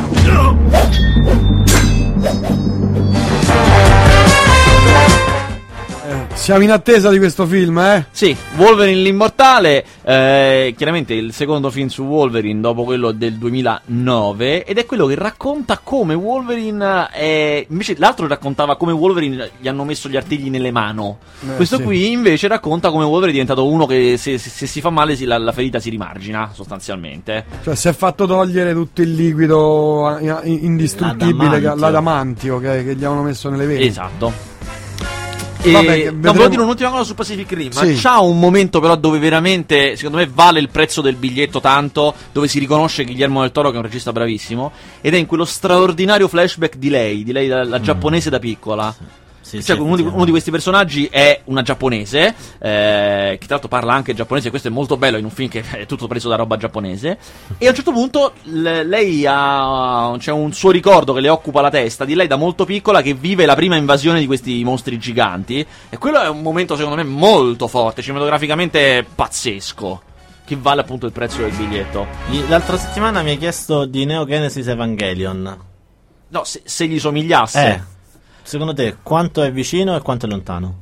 Siamo in attesa di questo film, eh? Sì, Wolverine l'immortale, eh, chiaramente il secondo film su Wolverine dopo quello del 2009 ed è quello che racconta come Wolverine eh, invece l'altro raccontava come Wolverine gli hanno messo gli artigli nelle mano. Eh, Questo sì. qui invece racconta come Wolverine è diventato uno che se, se- se si fa male si- la, la ferita si rimargina sostanzialmente. Cioè, si è fatto togliere tutto il liquido eh, indistruttibile, che- L'adamantio. l'adamantio che, che gli avevano messo nelle vene. Esatto. E, Vabbè, no, vedremo- volevo dire un'ultima cosa su Pacific Rim. Ma Sì. c'ha un momento, però, dove veramente, secondo me, vale il prezzo del biglietto tanto. Dove si riconosce Guillermo del Toro, che è un regista bravissimo. Ed è in quello straordinario flashback di lei, di lei, Mm. la, la giapponese da piccola. Sì, cioè, uno, di, sì, effettivamente. uno di questi personaggi è una giapponese, eh, che tra l'altro parla anche giapponese, questo è molto bello in un film che è tutto preso da roba giapponese. E a un certo punto l- lei ha. c'è un suo ricordo che le occupa la testa di lei da molto piccola che vive la prima invasione di questi mostri giganti. E quello è un momento, secondo me, molto forte, cinematograficamente pazzesco. Che vale appunto il prezzo del biglietto. I- L'altra settimana mi hai chiesto di Neo Genesis Evangelion. No, se, se gli somigliasse. Eh, secondo te quanto è vicino e quanto è lontano?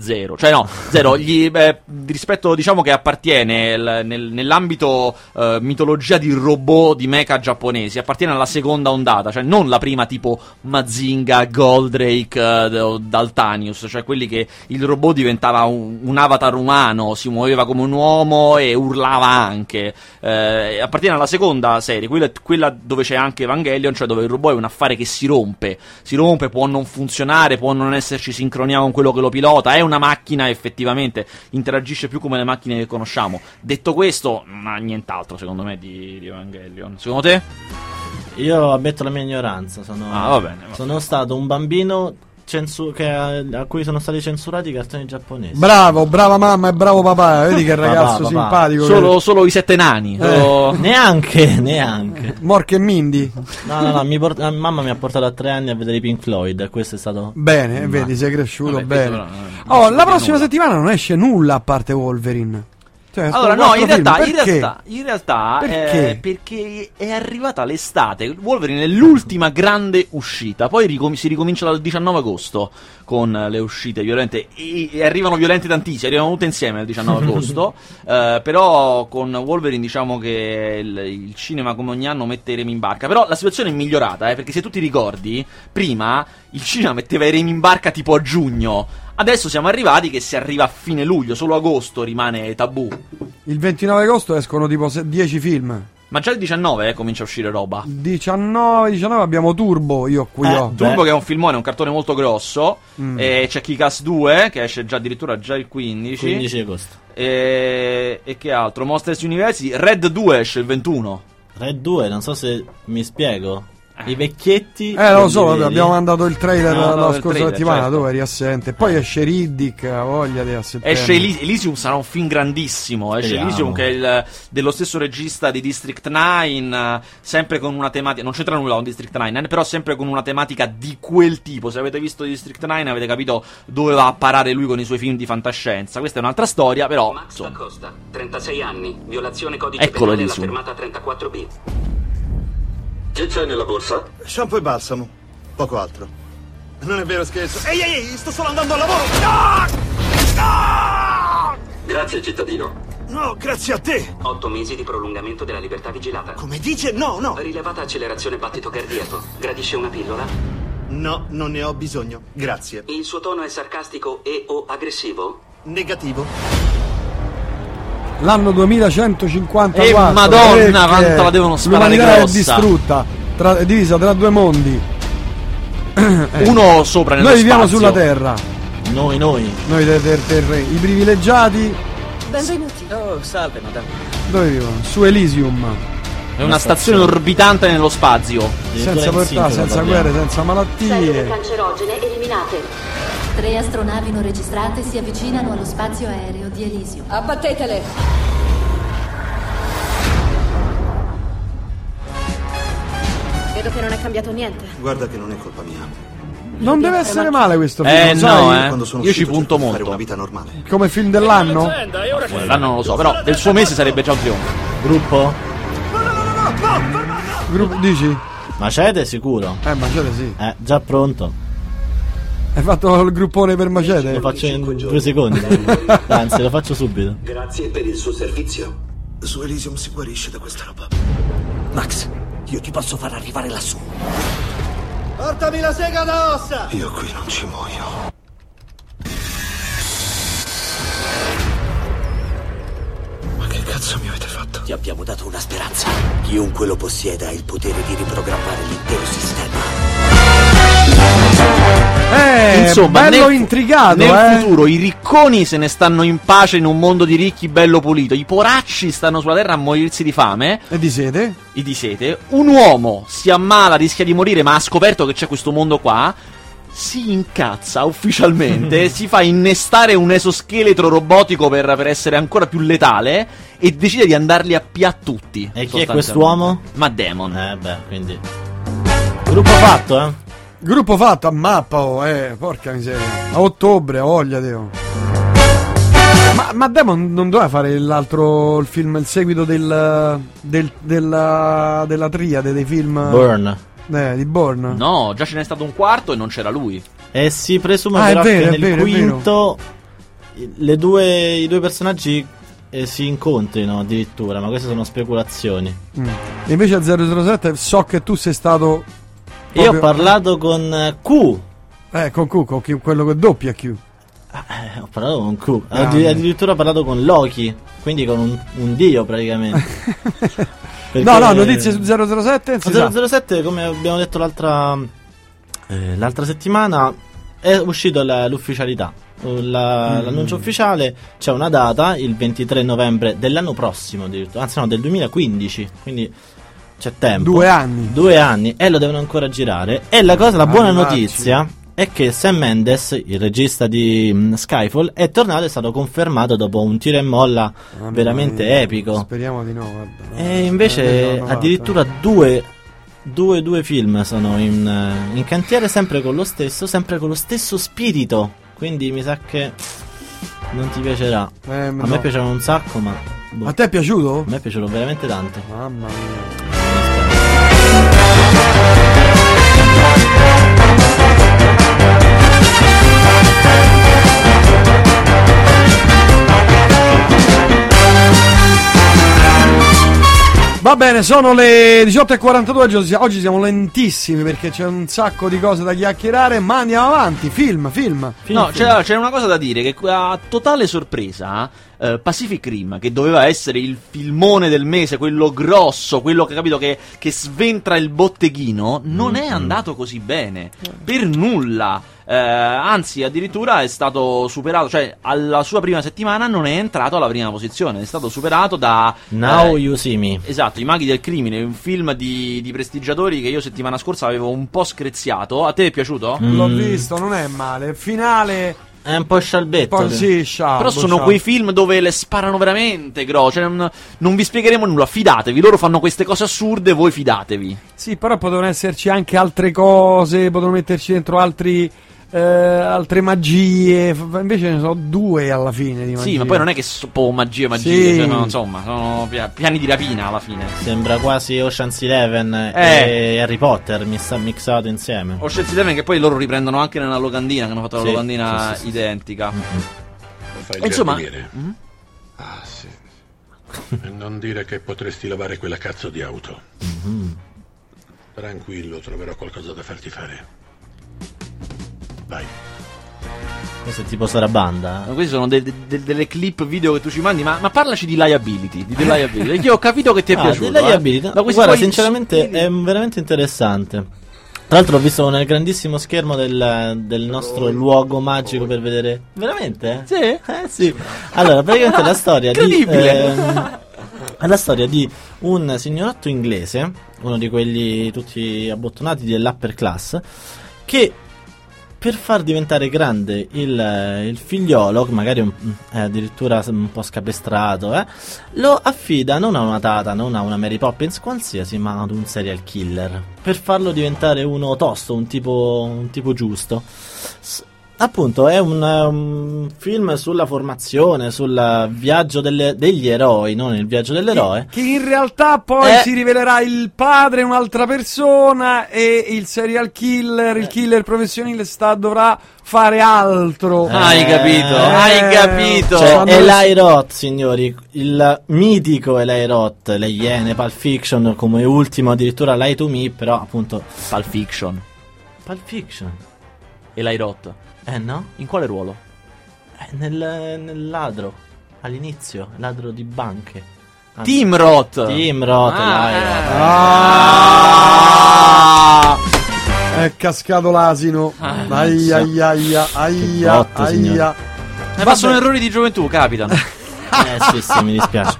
Zero, cioè no, zero. Gli, beh, rispetto, diciamo che appartiene il- nel- nell'ambito eh, mitologia di robot di mecha giapponesi, appartiene alla seconda ondata, cioè non la prima tipo Mazinga, Goldrake eh, d- o Daltanius, cioè quelli che il robot diventava un, un avatar umano, si muoveva come un uomo e urlava anche. Eh, appartiene alla seconda serie, quella, quella dove c'è anche Evangelion, cioè dove il robot è un affare che si rompe, si rompe, può non funzionare, può non esserci sincronia con quello che lo pilota, è una macchina effettivamente, interagisce più come le macchine che conosciamo. Detto questo, non ha nient'altro secondo me di, di Evangelion. Secondo te? Io ammetto la mia ignoranza. Sono, Ah, va bene, va sono stato un bambino censu- che- a cui sono stati censurati i cartoni giapponesi. Bravo, brava mamma e bravo papà. eh, Vedi che Papà, ragazzo papà. simpatico. che- Solo, solo i sette nani. solo- neanche, [laughs] neanche. Mork e Mindy. No, no, no. mi port- la mamma mi ha portato a tre anni a vedere i Pink Floyd. e Questo è stato. Bene, eh, vedi, sei cresciuto Vabbè, questo bene. però, eh, non oh, la si vede prossima nulla. settimana non esce nulla a parte Wolverine. Cioè, Allora, sono no, quattro in realtà, film. in Perché? realtà, in realtà, Perché? eh, perché è arrivata l'estate. Wolverine è l'ultima grande uscita. Poi ricom- si ricomincia dal 19 agosto con eh, le uscite violente. E, e arrivano violente tantissime, arrivano tutte insieme il 19 [laughs] agosto. Eh, però con Wolverine diciamo che il, il cinema come ogni anno mette i remi in barca. Però la situazione è migliorata, eh, perché se tu ti ricordi, prima il cinema metteva i remi in barca tipo a giugno. Adesso siamo arrivati che si arriva a fine luglio, solo agosto rimane tabù. Il 29 agosto escono tipo se- 10 film. Ma già il 19 eh, comincia a uscire roba. 19, 19 abbiamo Turbo, io qui Eh, ho. Beh. Turbo che è un filmone, un cartone molto grosso. Mm. E c'è Kikas 2 che esce già addirittura già il 15. 15 agosto. E... e che altro? Monsters University. Red 2 esce il 21. Red 2, non so se mi spiego. I vecchietti. Eh, lo so, vabbè, quelli veri. abbiamo mandato il trailer Abbiamo la mandato il scorsa trailer, settimana certo. dove eri assente. Poi esce Riddick, ha voglia di assentare. Esce Ely- Elysium, sarà un film grandissimo. Esce Speriamo. Elysium, che è il- dello stesso regista di District 9, eh, sempre con una tematica. Non c'entra nulla con District 9, eh, però sempre con una tematica di quel tipo. Se avete visto District 9, avete capito dove va a parare lui con i suoi film di fantascienza. Questa è un'altra storia, però. Max insomma. Acosta, 36 anni, violazione codice Eccolo penale lì alla su. fermata 34B. Che c'è nella borsa? Shampoo e balsamo, poco altro. Non è vero scherzo. Ehi, ehi, ehi, sto solo andando al lavoro! Grazie cittadino. No, grazie a te! 8 mesi di prolungamento della libertà vigilata. Come dice? No, no! Rilevata accelerazione battito cardiaco. Gradisce una pillola? No, non ne ho bisogno. Grazie. Il suo tono è sarcastico e o aggressivo? Negativo. L'anno 2154. Eh, madonna, quanto la devono sparare L'umanità è grossa. distrutta, tra- è divisa tra due mondi. Eh. Uno sopra nello Noi viviamo spazio. sulla Terra, Noi, noi. noi del del- terre, i privilegiati Benvenuti. Oh, salve, madame. dove vivono? Su Elysium. È una stazione orbitante nello spazio. Senza povertà, senza guerre, senza malattie. cancerogene eliminate. Tre astronavi non registrate si avvicinano allo spazio aereo di Elysium. Abbattetele! Vedo che non è cambiato niente. Guarda che non è colpa mia. Non deve essere male questo film, Eh lo sai? no, eh. Io ci punto molto. Fare una vita normale. Come film dell'anno? L'anno non lo so, però del suo mese sarebbe già un trionfo. Gruppo? Gruppo, dici? Macete sicuro? Eh, Macete sì. Eh, già pronto. Hai fatto il gruppone per Macete? Lo faccio in [laughs] due secondi. Anzi, lo faccio subito. Grazie per il suo servizio. Su Elysium si guarisce da questa roba. Max, io ti posso far arrivare lassù. Portami la sega da ossa! Io qui non ci muoio. Ma che cazzo mi avete fatto? Ti abbiamo dato una speranza. Chiunque lo possieda ha il potere di riprogrammare l'intero sistema. Eh, Insomma, bello nel, intrigato, nel eh. futuro i ricconi se ne stanno in pace in un mondo di ricchi bello pulito. I poracci stanno sulla terra a morirsi di fame. E di sete? E di sete. Un uomo si ammala, rischia di morire, ma ha scoperto che c'è questo mondo qua. Si incazza [laughs] ufficialmente, si fa innestare un esoscheletro robotico per, per essere ancora più letale e decide di andarli a pia tutti. E chi è quest'uomo? Ma Demon. Eh beh, quindi. Gruppo fatto, eh? Gruppo fatto a mappa, oh, eh, porca miseria. A ottobre, ho voglia Deo. Ma, ma Demon non doveva fare l'altro il film, il seguito del, del- della, della triade dei film Burn. Eh, di Born. No, già ce n'è stato un quarto e non c'era lui. E si presume Ah, è Eh però vero, che è nel vero, è vero. quinto le due- i due personaggi eh, si incontrino addirittura, ma queste sono speculazioni. Mm. E invece a 007 so che tu sei stato... Io ho proprio- parlato con eh, Q, Eh, con Q, con Q, quello che doppia Q. eh, ho parlato con Q, Grande. addi- addirittura ho parlato con Loki, quindi con un, un [laughs] dio praticamente. Perché- No, no, notizie su 007. si sa. 007, come abbiamo detto l'altra, eh, l'altra settimana, è uscito la- l'ufficialità. eh, la- Mm. L'annuncio ufficiale c'è una data, il 23 novembre dell'anno prossimo, addirittura, anzi no, del 2015, quindi c'è tempo. Due anni. Due anni e lo devono ancora girare. E la cosa, la buona Mannaggia. notizia è che Sam Mendes, il regista di mm, Skyfall, è tornato e è stato confermato dopo un tiro e molla Mamma veramente mia. epico. Speriamo di no, guarda. E Eh, invece no, no, addirittura due, due, due film sono in, eh, in cantiere, sempre con lo stesso, sempre con lo stesso spirito. Quindi mi sa che non ti piacerà. Eh, A no. me piacevano un sacco, ma boh, A te è piaciuto? a me piacevano veramente tanto. cioè. Mamma mia. Va bene, sono le 18.42, oggi- oggi siamo lentissimi perché c'è un sacco di cose da chiacchierare, ma andiamo avanti, film, film. no, c'era, c'era una cosa da dire che a totale sorpresa eh, Pacific Rim, che doveva essere il filmone del mese, quello grosso, quello che capito che, che sventra il botteghino, non è andato così bene. Per nulla. Eh, anzi, addirittura è stato superato, cioè alla sua prima settimana non è entrato alla prima posizione, è stato superato da Now eh, You See Me. Esatto, I maghi del crimine, un film di, di prestigiatori che io settimana scorsa avevo un po' screziato. A te è piaciuto? L'ho visto, non è male. Finale. È un po' scialbetto. Poi sì, scialbo, Però sono scialbo. quei film dove le sparano veramente, gro. Cioè, non, non vi spiegheremo nulla, fidatevi. Loro fanno queste cose assurde, voi fidatevi. Sì, però potevano esserci anche altre cose, potevano metterci dentro altri, eh, altre magie. F- Invece ne so due alla fine di magie. Sì, ma poi non è che sono magie, magie. Sì. Cioè, no, insomma, sono pia- piani di rapina alla fine. Sembra quasi Ocean's Eleven Eh. e Harry Potter mi sta mixato insieme. Ho scelto Eleven che poi loro riprendono anche nella locandina, che hanno fatto la Sì, locandina sì, sì, sì, identica. Fai E Insomma, mm-hmm. Mm? Ah, sì. e non dire che potresti lavare quella cazzo di auto. Mm-hmm. Tranquillo, troverò qualcosa da farti fare. Vai. Questo è tipo Sarabanda. eh. Ma Queste sono de- de- delle clip video che tu ci mandi, ma, ma parlaci di liability. Di liability. Perché io ho capito che ti è [laughs] Ah, piaciuto. della liabilità. eh. Da questi Guarda, tuoi- sinceramente è veramente interessante. Tra l'altro ho visto nel grandissimo schermo del, del nostro luogo magico per vedere... Veramente? Sì? Eh sì. Allora, praticamente la storia di... Incredibile. ehm, è la storia di un signorotto inglese, uno di quelli tutti abbottonati dell'upper class, che per far diventare grande il, il figliolo, che magari è un- è addirittura un po' scapestrato, eh, lo affida non a una tata, non a una Mary Poppins qualsiasi, ma ad un serial killer. Per farlo diventare uno tosto, un tipo, un tipo giusto. S- appunto, è un, eh, un film sulla formazione, sul viaggio delle- degli eroi, non il viaggio eh. dell'eroe. Che in realtà poi Eh. si rivelerà il padre un'altra persona e il serial killer, Eh. il killer professionale sta- dovrà fare altro. Hai capito, Eh, hai capito. Cioè, Quando- Eli Roth, signori, il mitico Eli Roth, le Iene, Pulp Fiction, come ultimo addirittura Lie to Me, però appunto... Pulp Fiction. Pulp Fiction? E l'hai rotto. Eh no? In quale ruolo? Eh, nel, nel ladro, all'inizio, ladro di banche. Anzi, Team Roth. Tim Roth, Ah, Eli Roth. Eh, È cascato l'asino. Ai Ah, mazza. ai ai ai Che botte, ai signore. Eh, ma sono errori di gioventù, [laughs] capitano. Eh sì, sì, mi dispiace.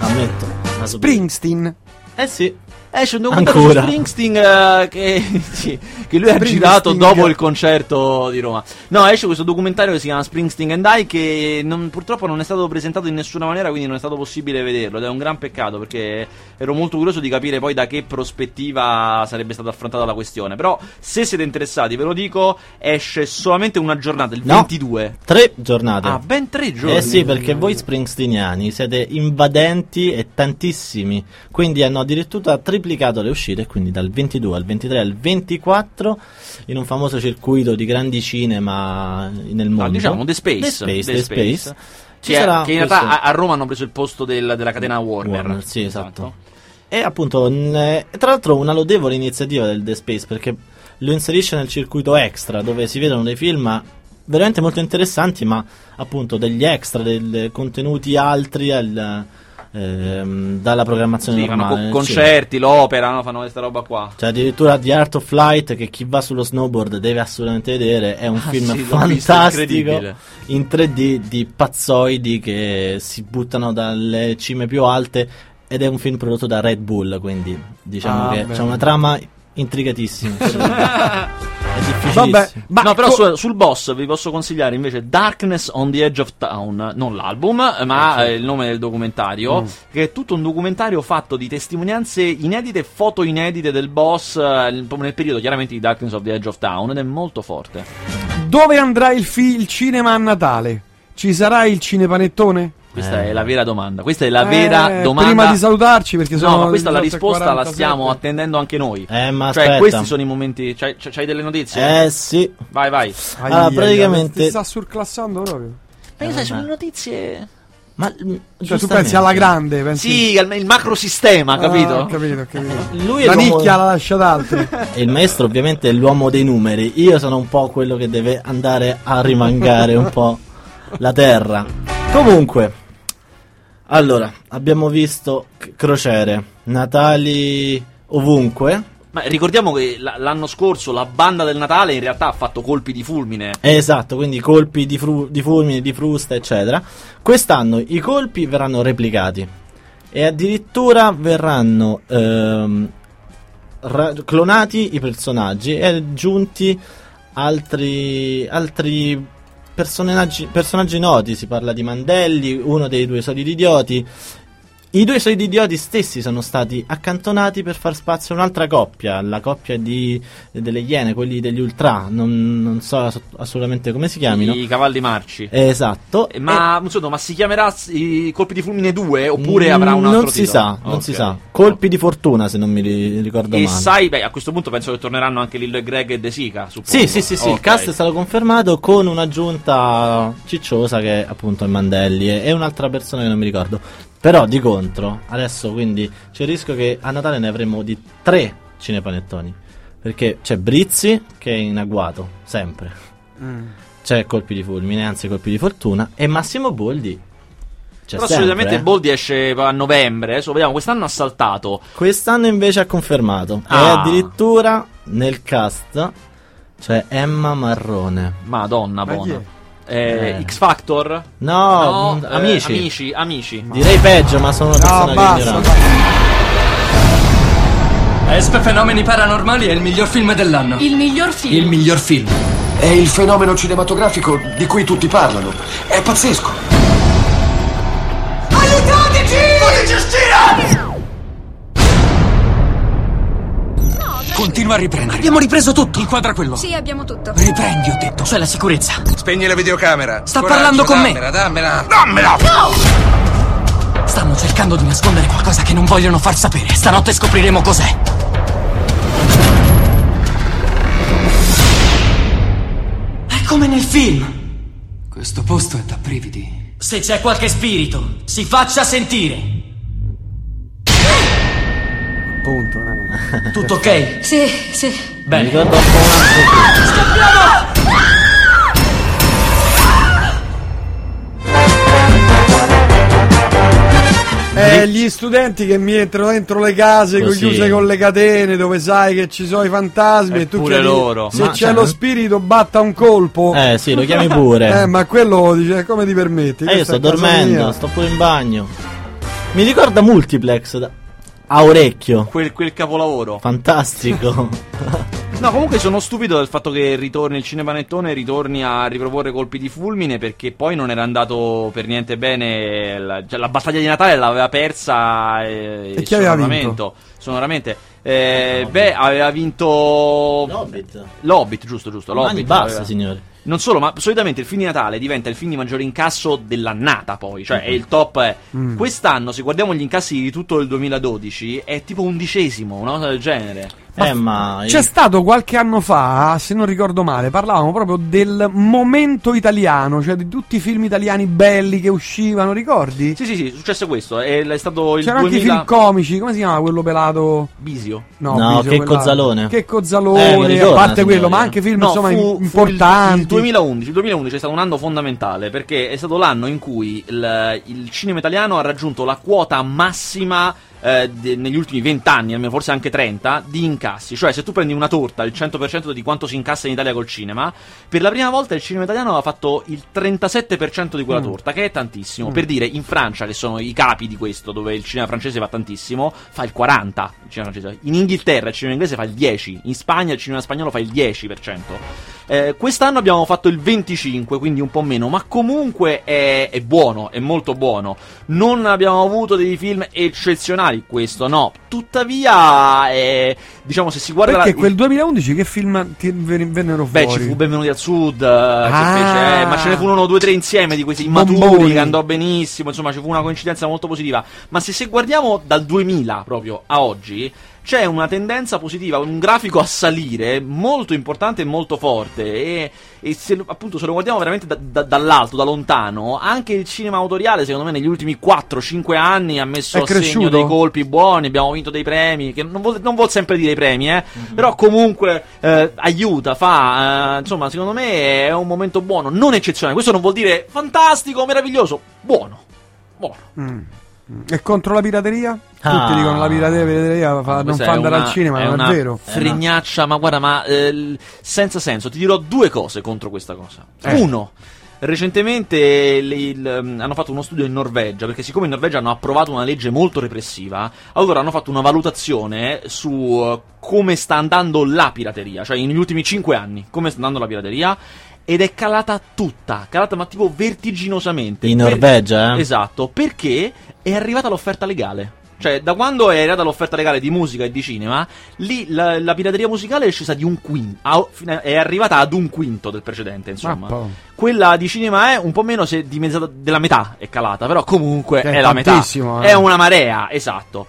Ammetto. ma so- Springsteen. Eh sì. Esce un documentario Ancora. su Springsteen eh, che, [laughs] sì, che lui ha Springsteen. girato dopo il concerto di Roma. No, esce questo documentario che si chiama Springsteen and I che non- purtroppo non è stato presentato in nessuna maniera, quindi non è stato possibile vederlo ed è un gran peccato perché ero molto curioso di capire poi da che prospettiva sarebbe stata affrontata la questione. Però se siete interessati, ve lo dico, esce solamente una giornata, il No. 22. Tre giornate. Ah, ben tre giorni. Eh sì, perché voi springstiniani siete invadenti e tantissimi. Quindi hanno addirittura triplicato le uscite, quindi dal 22 al 23 al 24 in un famoso circuito di grandi cinema nel mondo. No, diciamo The Space. The Space, The The Space. Space. Ci Che, sarà che in realtà questo- a, a Roma hanno preso il posto del- della catena Warner. Warner, sì, esatto. E appunto, n- eh, tra l'altro, una lodevole iniziativa del The Space perché lo inserisce nel circuito extra dove si vedono dei film veramente molto interessanti, ma appunto degli extra, dei contenuti altri al, ehm, dalla programmazione Sì, fanno normale. co- nel cinema. concerti, l'opera, no? fanno questa roba qua. C'è addirittura The Art of Flight che chi va sullo snowboard deve assolutamente vedere, è un Ah, film sì, l'ho visto, fantastico incredibile. in 3D di pazzoidi che si buttano dalle cime più alte ed è un film prodotto da Red Bull, quindi diciamo Ah, che beh. c'è una trama [laughs] intrigatissima. è difficilissimo. Vabbè, ma ecco, no, però co- su- sul boss vi posso consigliare invece Darkness on the Edge of Town, non l'album, eh, ma eh, il nome del documentario, Mm. che è tutto un documentario fatto di testimonianze inedite e foto inedite del boss eh, nel nel periodo chiaramente di Darkness of the Edge of Town ed è molto forte. Dove andrà il, fi- il cinema a Natale? Ci sarà il cinepanettone? Eh. Questa è la vera domanda, questa è la Eh, vera domanda. Prima di salutarci, perché sono. No, ma questa la 18 e risposta la 47. stiamo attendendo anche noi. Eh, ma cioè, aspetta. questi sono i momenti. C'hai, c'hai- c'hai delle notizie? Eh sì. Vai, vai. Allora, Ai, ai, Ah, praticamente- ai, Ah, Ti sta surclassando proprio. Ma Eh, io sai, sono le notizie. Ma, Cioè, tu pensi alla grande, pensi. Sì, al- il macrosistema, Ah, capito? ho capito, ho capito. Lui è la l'uomo- nicchia la lascia ad [laughs] altri. E il maestro ovviamente è l'uomo dei numeri, io sono un po' quello che deve andare a rimangare un po' la terra. Comunque, allora, abbiamo visto c- crociere, Natali ovunque. Ma ricordiamo che la- l'anno scorso la banda del Natale in realtà ha fatto colpi di fulmine. Eh, Esatto, quindi colpi di, fru- di fulmine, di frusta, eccetera. Quest'anno i colpi verranno replicati e addirittura verranno ehm, ra- clonati i personaggi e aggiunti altri, altri personaggi, personaggi noti. Si parla di Mandelli, uno dei due solidi idioti. I due solidi idioti stessi sono stati accantonati per far spazio a un'altra coppia, la coppia di- delle Iene, quelli degli Ultra, non, non so ass- assolutamente come si chiamino. I cavalli marci. Eh, Esatto. Eh, Ma, insomma, ma si chiamerà s- i colpi di fulmine 2 oppure avrà un Mm, altro Non si titolo? sa, non Ok. si sa. Colpi di fortuna, se non mi ri- ricordo E male. sai, beh, a questo punto penso che torneranno anche Lillo e Greg e De Sica. suppongo. Sì, sì, sì, sì, il Ok. cast è stato confermato con un'aggiunta cicciosa che appunto è Mandelli e e un'altra persona che non mi ricordo. Però di contro, adesso quindi c'è il rischio che a Natale ne avremo di tre cinepanettoni. Perché c'è Brizzi che è in agguato, sempre. Mm. C'è colpi di fulmine, anzi colpi di fortuna. E Massimo Boldi. C'è Però sempre, solitamente eh. Boldi esce a novembre. Adesso vediamo, quest'anno ha saltato. Quest'anno invece ha confermato. Ah. E addirittura nel cast c'è Emma Marrone. Madonna Ma chi buona. Eh, Eh. X Factor? No, No, mh, eh, amici. amici, amici. Direi peggio, ma sono una persona che basta, ignorante. Esp Fenomeni Paranormali è il miglior film dell'anno. Il miglior film. Il miglior film. È il fenomeno cinematografico di cui tutti parlano. È pazzesco. Aiutateci! Continua a riprendere. Abbiamo ripreso tutto. Inquadra quello. Sì, abbiamo tutto. Riprendi, ho detto. C'è la sicurezza. Spegni la videocamera. Sta parlando con me. dammela, Dammela, dammela, Stanno cercando di nascondere qualcosa che non vogliono far sapere. Stanotte scopriremo cos'è. È come nel film. Questo posto è da brividi. Se c'è qualche spirito, si faccia sentire. Punto. eh. Tutto ok? Sì, sì. Bene. Eh, gli studenti che mi entrano dentro le case con Così. chiuse con le catene dove sai che ci sono i fantasmi e tu Eppure chiedi, loro. se Ma- c'è cioè, lo non- spirito batta un colpo Eh, sì, lo chiami [laughs] pure. eh ma quello dice come ti permetti Eh, io Questa sto è casa dormendo, mia. sto pure in bagno. Mi ricorda Multiplex da- a orecchio. Quel, quel capolavoro. [laughs] Fantastico. No, comunque sono stupido del fatto che ritorni il cinepanettone ritorni a riproporre colpi di fulmine perché poi non era andato per niente bene. La, già la battaglia di Natale l'aveva persa. eh, E chi aveva sonoramente, vinto? sonoramente. Eh, beh, aveva vinto. L'Hobbit. L'Hobbit, giusto, giusto. Mani L'Hobbit. basse, aveva- signori. Non solo, ma solitamente il film di Natale diventa il film di maggiore incasso dell'annata, poi, cioè è il top. eh. Mm. Quest'anno, se guardiamo gli incassi di tutto il 2012, è tipo undicesimo, una cosa del genere. eh, ma. C'è stato qualche anno fa, se non ricordo male, parlavamo proprio del momento italiano, cioè di tutti i film italiani belli che uscivano, ricordi? Sì, sì, sì, è successo questo. È, è stato il C'erano 2000... anche i film comici, come si chiamava quello pelato? Bisio. No, Bisio, che quell'altro. Cozzalone. Che Eh, Cozzalone, mi ritorna, a parte signori. quello, ma anche film No, insomma fu- im- fu il- importanti. Il 2011, il 2011 è stato un anno fondamentale perché è stato l'anno in cui il, il cinema italiano ha raggiunto la quota massima eh, de- negli ultimi 20 anni, almeno forse anche 30, di incassi. Cioè, se tu prendi una torta, il 100% di quanto si incassa in Italia col cinema, per la prima volta il cinema italiano ha fatto il 37% di quella Mm. torta, che è tantissimo. Mm. Per dire, in Francia, che sono i capi di questo, dove il cinema francese va tantissimo, fa il 40%. il cinema francese. In Inghilterra il cinema inglese fa il 10%, in Spagna il cinema spagnolo fa il 10%. Eh, quest'anno abbiamo fatto il 25, quindi un po' meno, ma comunque è, è buono, è molto buono. Non abbiamo avuto dei film eccezionali, questo no. Tuttavia, eh, diciamo, se si guarda... la- Perché quel 2011 che film ti ven- vennero Beh, fuori? Ah. ci fu Benvenuti al Sud, eh, che fece, eh, ma ce ne furono due o tre insieme di questi immaturi Bomboni. che andò benissimo, insomma ci fu una coincidenza molto positiva. Ma se, se guardiamo dal 2000 proprio a oggi, c'è una tendenza positiva, un grafico a salire molto importante e molto forte. E, e se, lo- appunto se lo guardiamo veramente da- da- dall'alto, da lontano, anche il cinema autoriale secondo me negli ultimi 4-5 anni ha messo È a segno cresciuto? dei colpi buoni, abbiamo vinto dei premi, che non vuol, non vuol sempre dire i premi, eh, però comunque eh, aiuta, fa, eh, insomma, secondo me è un momento buono, non eccezionale. Questo non vuol dire fantastico, meraviglioso, buono. Mm. E contro la pirateria? Ah. Tutti dicono la pirateria, pirateria fa- non Questa fa è andare una- al cinema, è non una è vero. Fregnaccia, ma guarda, ma eh, l- senza senso. Ti dirò due cose contro questa cosa. Eh. Uno. Recentemente le- il- mm, hanno fatto uno studio in Norvegia, perché siccome in Norvegia hanno approvato una legge molto repressiva, allora hanno fatto una valutazione su eh, come sta andando la pirateria, cioè negli ultimi 5 anni, come sta andando la pirateria, ed è calata tutta, calata ma tipo vertiginosamente. In Per- Norvegia, eh? Esatto, perché è arrivata l'offerta legale. Cioè, da quando è arrivata l'offerta legale di musica e di cinema, lì la, la pirateria musicale è scesa di un quinto. a- fino a- è arrivata ad un quinto del precedente, insomma. Mappa. Quella di cinema è un po' meno se dimezzata della metà è calata, però comunque Cioè, è la metà. tantissimo, eh. È una marea, esatto.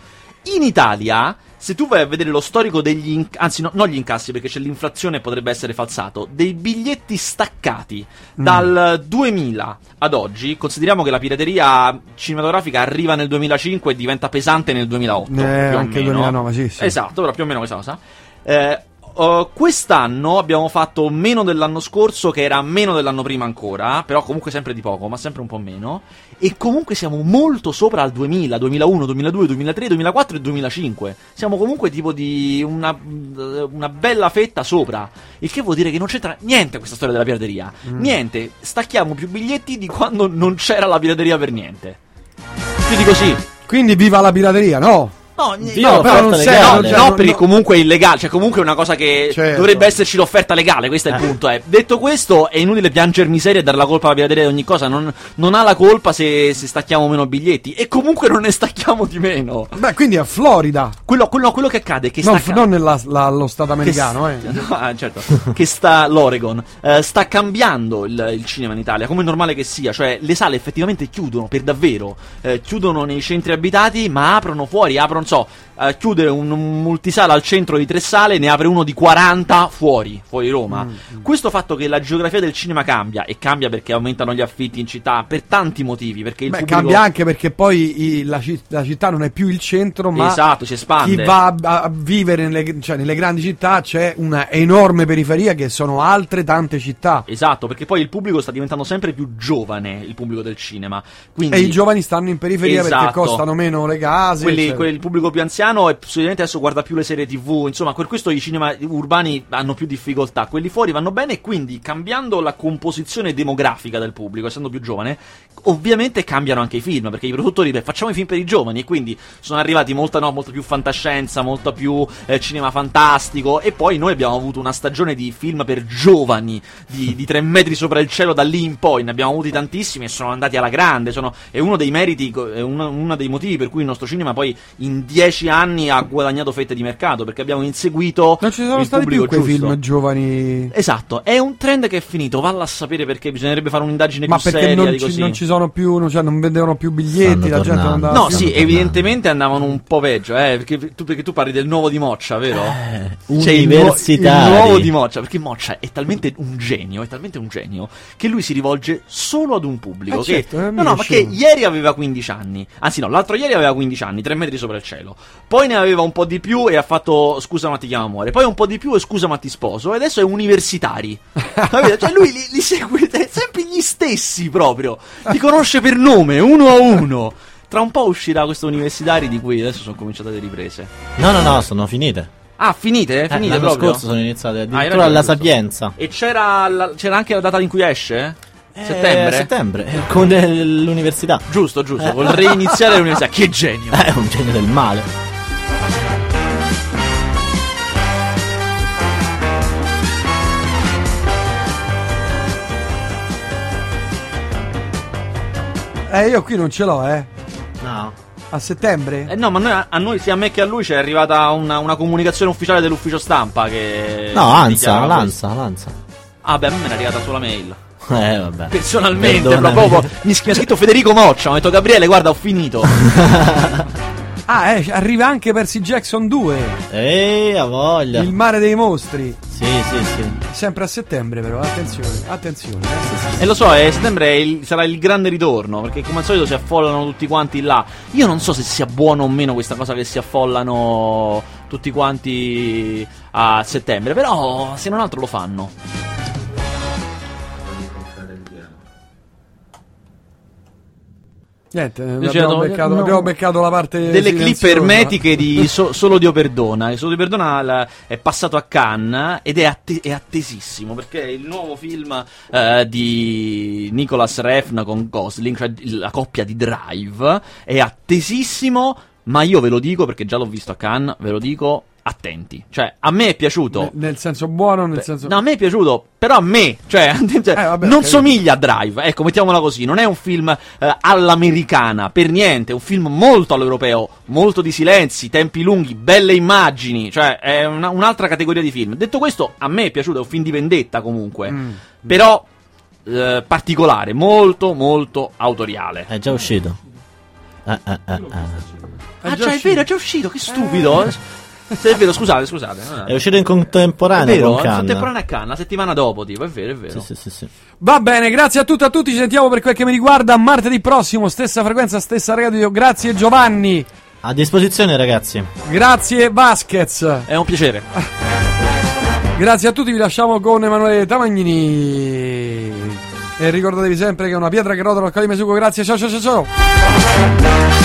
In Italia, se tu vai a vedere lo storico degli inc- anzi no, non gli incassi perché c'è l'inflazione e potrebbe essere falsato, dei biglietti staccati Mm. dal 2000 ad oggi, consideriamo che la pirateria cinematografica arriva nel 2005 e diventa pesante nel 2008, Eh, più o anche meno. 2009, sì, sì. Esatto, però più o meno questa cosa. Eh, oh, quest'anno abbiamo fatto meno dell'anno scorso, che era meno dell'anno prima ancora, però comunque sempre di poco, ma sempre un po' meno. E comunque siamo molto sopra al 2000, 2001, 2002, 2003, 2004 e 2005. Siamo comunque tipo di una, una bella fetta sopra. Il che vuol dire che non c'entra niente questa storia della pirateria. Mm. Niente, stacchiamo più biglietti di quando non c'era la pirateria per niente. Più di così. Quindi viva la pirateria, no? No, Viva no, però l'offerta non legale. serve, no, non- no, non- perché no. comunque è illegale, cioè comunque è una cosa che Certo. dovrebbe esserci l'offerta legale, questo è il Eh. punto. eh. Detto questo, è inutile pianger miseria e dare la colpa alla pirateria di ogni cosa, non, non ha la colpa se, se stacchiamo meno biglietti e comunque non ne stacchiamo di meno. Beh, quindi a Florida. Quello, quello- quello che accade è che non, stacca- non nella- la- lo stato che americano, s- eh. [laughs] no, ah, certo. che sta l'Oregon. eh, sta cambiando il, il cinema in Italia, come è normale che sia. Cioè, le sale effettivamente chiudono per davvero. eh, chiudono nei centri abitati, ma aprono fuori. Aprono, non so, eh, chiude un, un multisala al centro di tre sale, ne apre uno di 40 fuori, fuori Roma. Mm, Questo fatto che la geografia del cinema cambia, e cambia perché aumentano gli affitti in città, per tanti motivi. Perché il Beh, pubblico- cambia anche perché poi i- la, ci- la città non è più il centro, ma Esatto, si espande. chi va a, a vivere nelle, cioè, nelle grandi città c'è una enorme periferia che sono altre tante città. Esatto, perché poi il pubblico sta diventando sempre più giovane, il pubblico del cinema. Quindi, e i giovani stanno in periferia perché Esatto. costano meno le case. quelli- eccetera. quel- il pubblico più anziano e solitamente adesso guarda più le serie tv insomma per questo i cinema urbani hanno più difficoltà quelli fuori vanno bene e quindi cambiando la composizione demografica del pubblico essendo più giovane ovviamente cambiano anche i film perché i produttori beh, facciamo i film per i giovani e quindi sono arrivati molta, no, molta più fantascienza molta più eh, cinema fantastico e poi noi abbiamo avuto una stagione di film per giovani di, di tre metri sopra il cielo da lì in poi ne abbiamo avuti tantissimi e sono andati alla grande sono, è uno dei meriti co- è uno, uno dei motivi per cui il nostro cinema poi in dieci anni ha guadagnato fette di mercato perché abbiamo inseguito non ci sono il stati più pubblico quei giusto. film giovani. Esatto, è un trend che è finito, valla a sapere perché bisognerebbe fare un'indagine Ma più perché seria non di ci, così. non ci sono più, non, cioè, non vendevano più biglietti, la gente non andava No, più. sì, evidentemente andavano un po' peggio, eh, perché, tu, perché tu parli del nuovo di Moccia, vero? Eh, Eh, C'è Cioè, il, nuo- il universitari. nuovo di Moccia, perché Moccia è talmente un genio, è talmente un genio, che lui si rivolge solo ad un pubblico. Eh che- certo, eh, no, no, mica ma che scemo. ieri aveva 15 anni, anzi no, l'altro ieri aveva 15 anni, 3 metri sopra il cielo, poi ne aveva un po' di più e ha fatto scusa ma ti chiamo amore, poi un po' di più e scusa ma ti sposo, e adesso è [laughs] universitari. Capito? Cioè lui li, li segue te- sempre gli stessi proprio, li conosce per nome, uno a uno. Tra un po' uscirà questo universitari di cui adesso sono cominciate le riprese. No, no, no, sono finite. Ah, finite? Eh, finite l'anno proprio? scorso sono iniziate Ah, hai addirittura ragione, alla giusto. Sapienza. E c'era, la- c'era anche la data in cui esce? settembre? Eh. Eh, settembre, eh, con eh, l'università. Giusto, giusto, vuol reiniziare l'università. Che genio! È un genio del male. Eh, io qui non ce l'ho, eh. No. A settembre? Eh no, ma noi- a noi, sia a me che a lui, c'è arrivata una, una comunicazione ufficiale dell'ufficio stampa che... No, Eh, dichiara Anza, questo. Lanza, Lanza. Ah, beh, a me è arrivata solo mail. Eh, vabbè. Personalmente, Perdonami. proprio mi, sch- mi ha scritto Federico Moccia. Mi ha detto Gabriele, guarda, ho finito. [laughs] Ah, eh, arriva anche Percy Jackson 2. Eh, ha voglia. Il mare dei mostri. Sì, sì, sì. Sempre a settembre, però, attenzione, attenzione. eh. e lo so, eh, settembre è il- sarà il grande ritorno. Perché come al solito si affollano tutti quanti là. Io non so se sia buono o meno questa cosa che si affollano tutti quanti a settembre. Però, se non altro, lo fanno. Niente, Io ci abbiamo, vado- beccato, no. abbiamo beccato la parte delle clip silenziosa. ermetiche di so- solo Dio perdona. E Solo Dio perdona la- è passato a Cannes ed è, atte- è attesissimo perché è il nuovo film eh, di Nicolas Refn con Gosling, cioè di- la coppia di Drive, è attesissimo, ma io ve lo dico perché già l'ho visto a Cannes, ve lo dico attenti. Cioè, a me è piaciuto. nel senso buono, nel senso Eh, No, a me è piaciuto, però a me, cioè, [laughs] cioè, non ok. somiglia a Drive, ecco, mettiamola così, non è un film eh, all'americana, per niente, è un film molto all'europeo, molto di silenzi, tempi lunghi, belle immagini, cioè è una- un'altra categoria di film. Detto questo, a me è piaciuto, è un film di vendetta comunque, Mm. però eh, particolare, molto molto autoriale. È già uscito. Ah, ah, ah, ah. Eh, Ah, già, è vero, è già uscito, che stupido. Se è vero, scusate, scusate. È uscito in contemporanea È vero, con in Cannes. contemporanea a Cannes, la settimana dopo, tipo, è vero, è vero. Sì, sì, sì. Va bene, grazie a tutti a tutti, ci sentiamo per quel che mi riguarda martedì prossimo, stessa frequenza, stessa radio. Grazie Giovanni, A disposizione, ragazzi. grazie Vasquez. È un piacere. Grazie a tutti, vi lasciamo con Emanuele Tamagnini. E ricordatevi sempre che una pietra che rotola raccoglie sugo. Grazie, ciao ciao ciao ciao.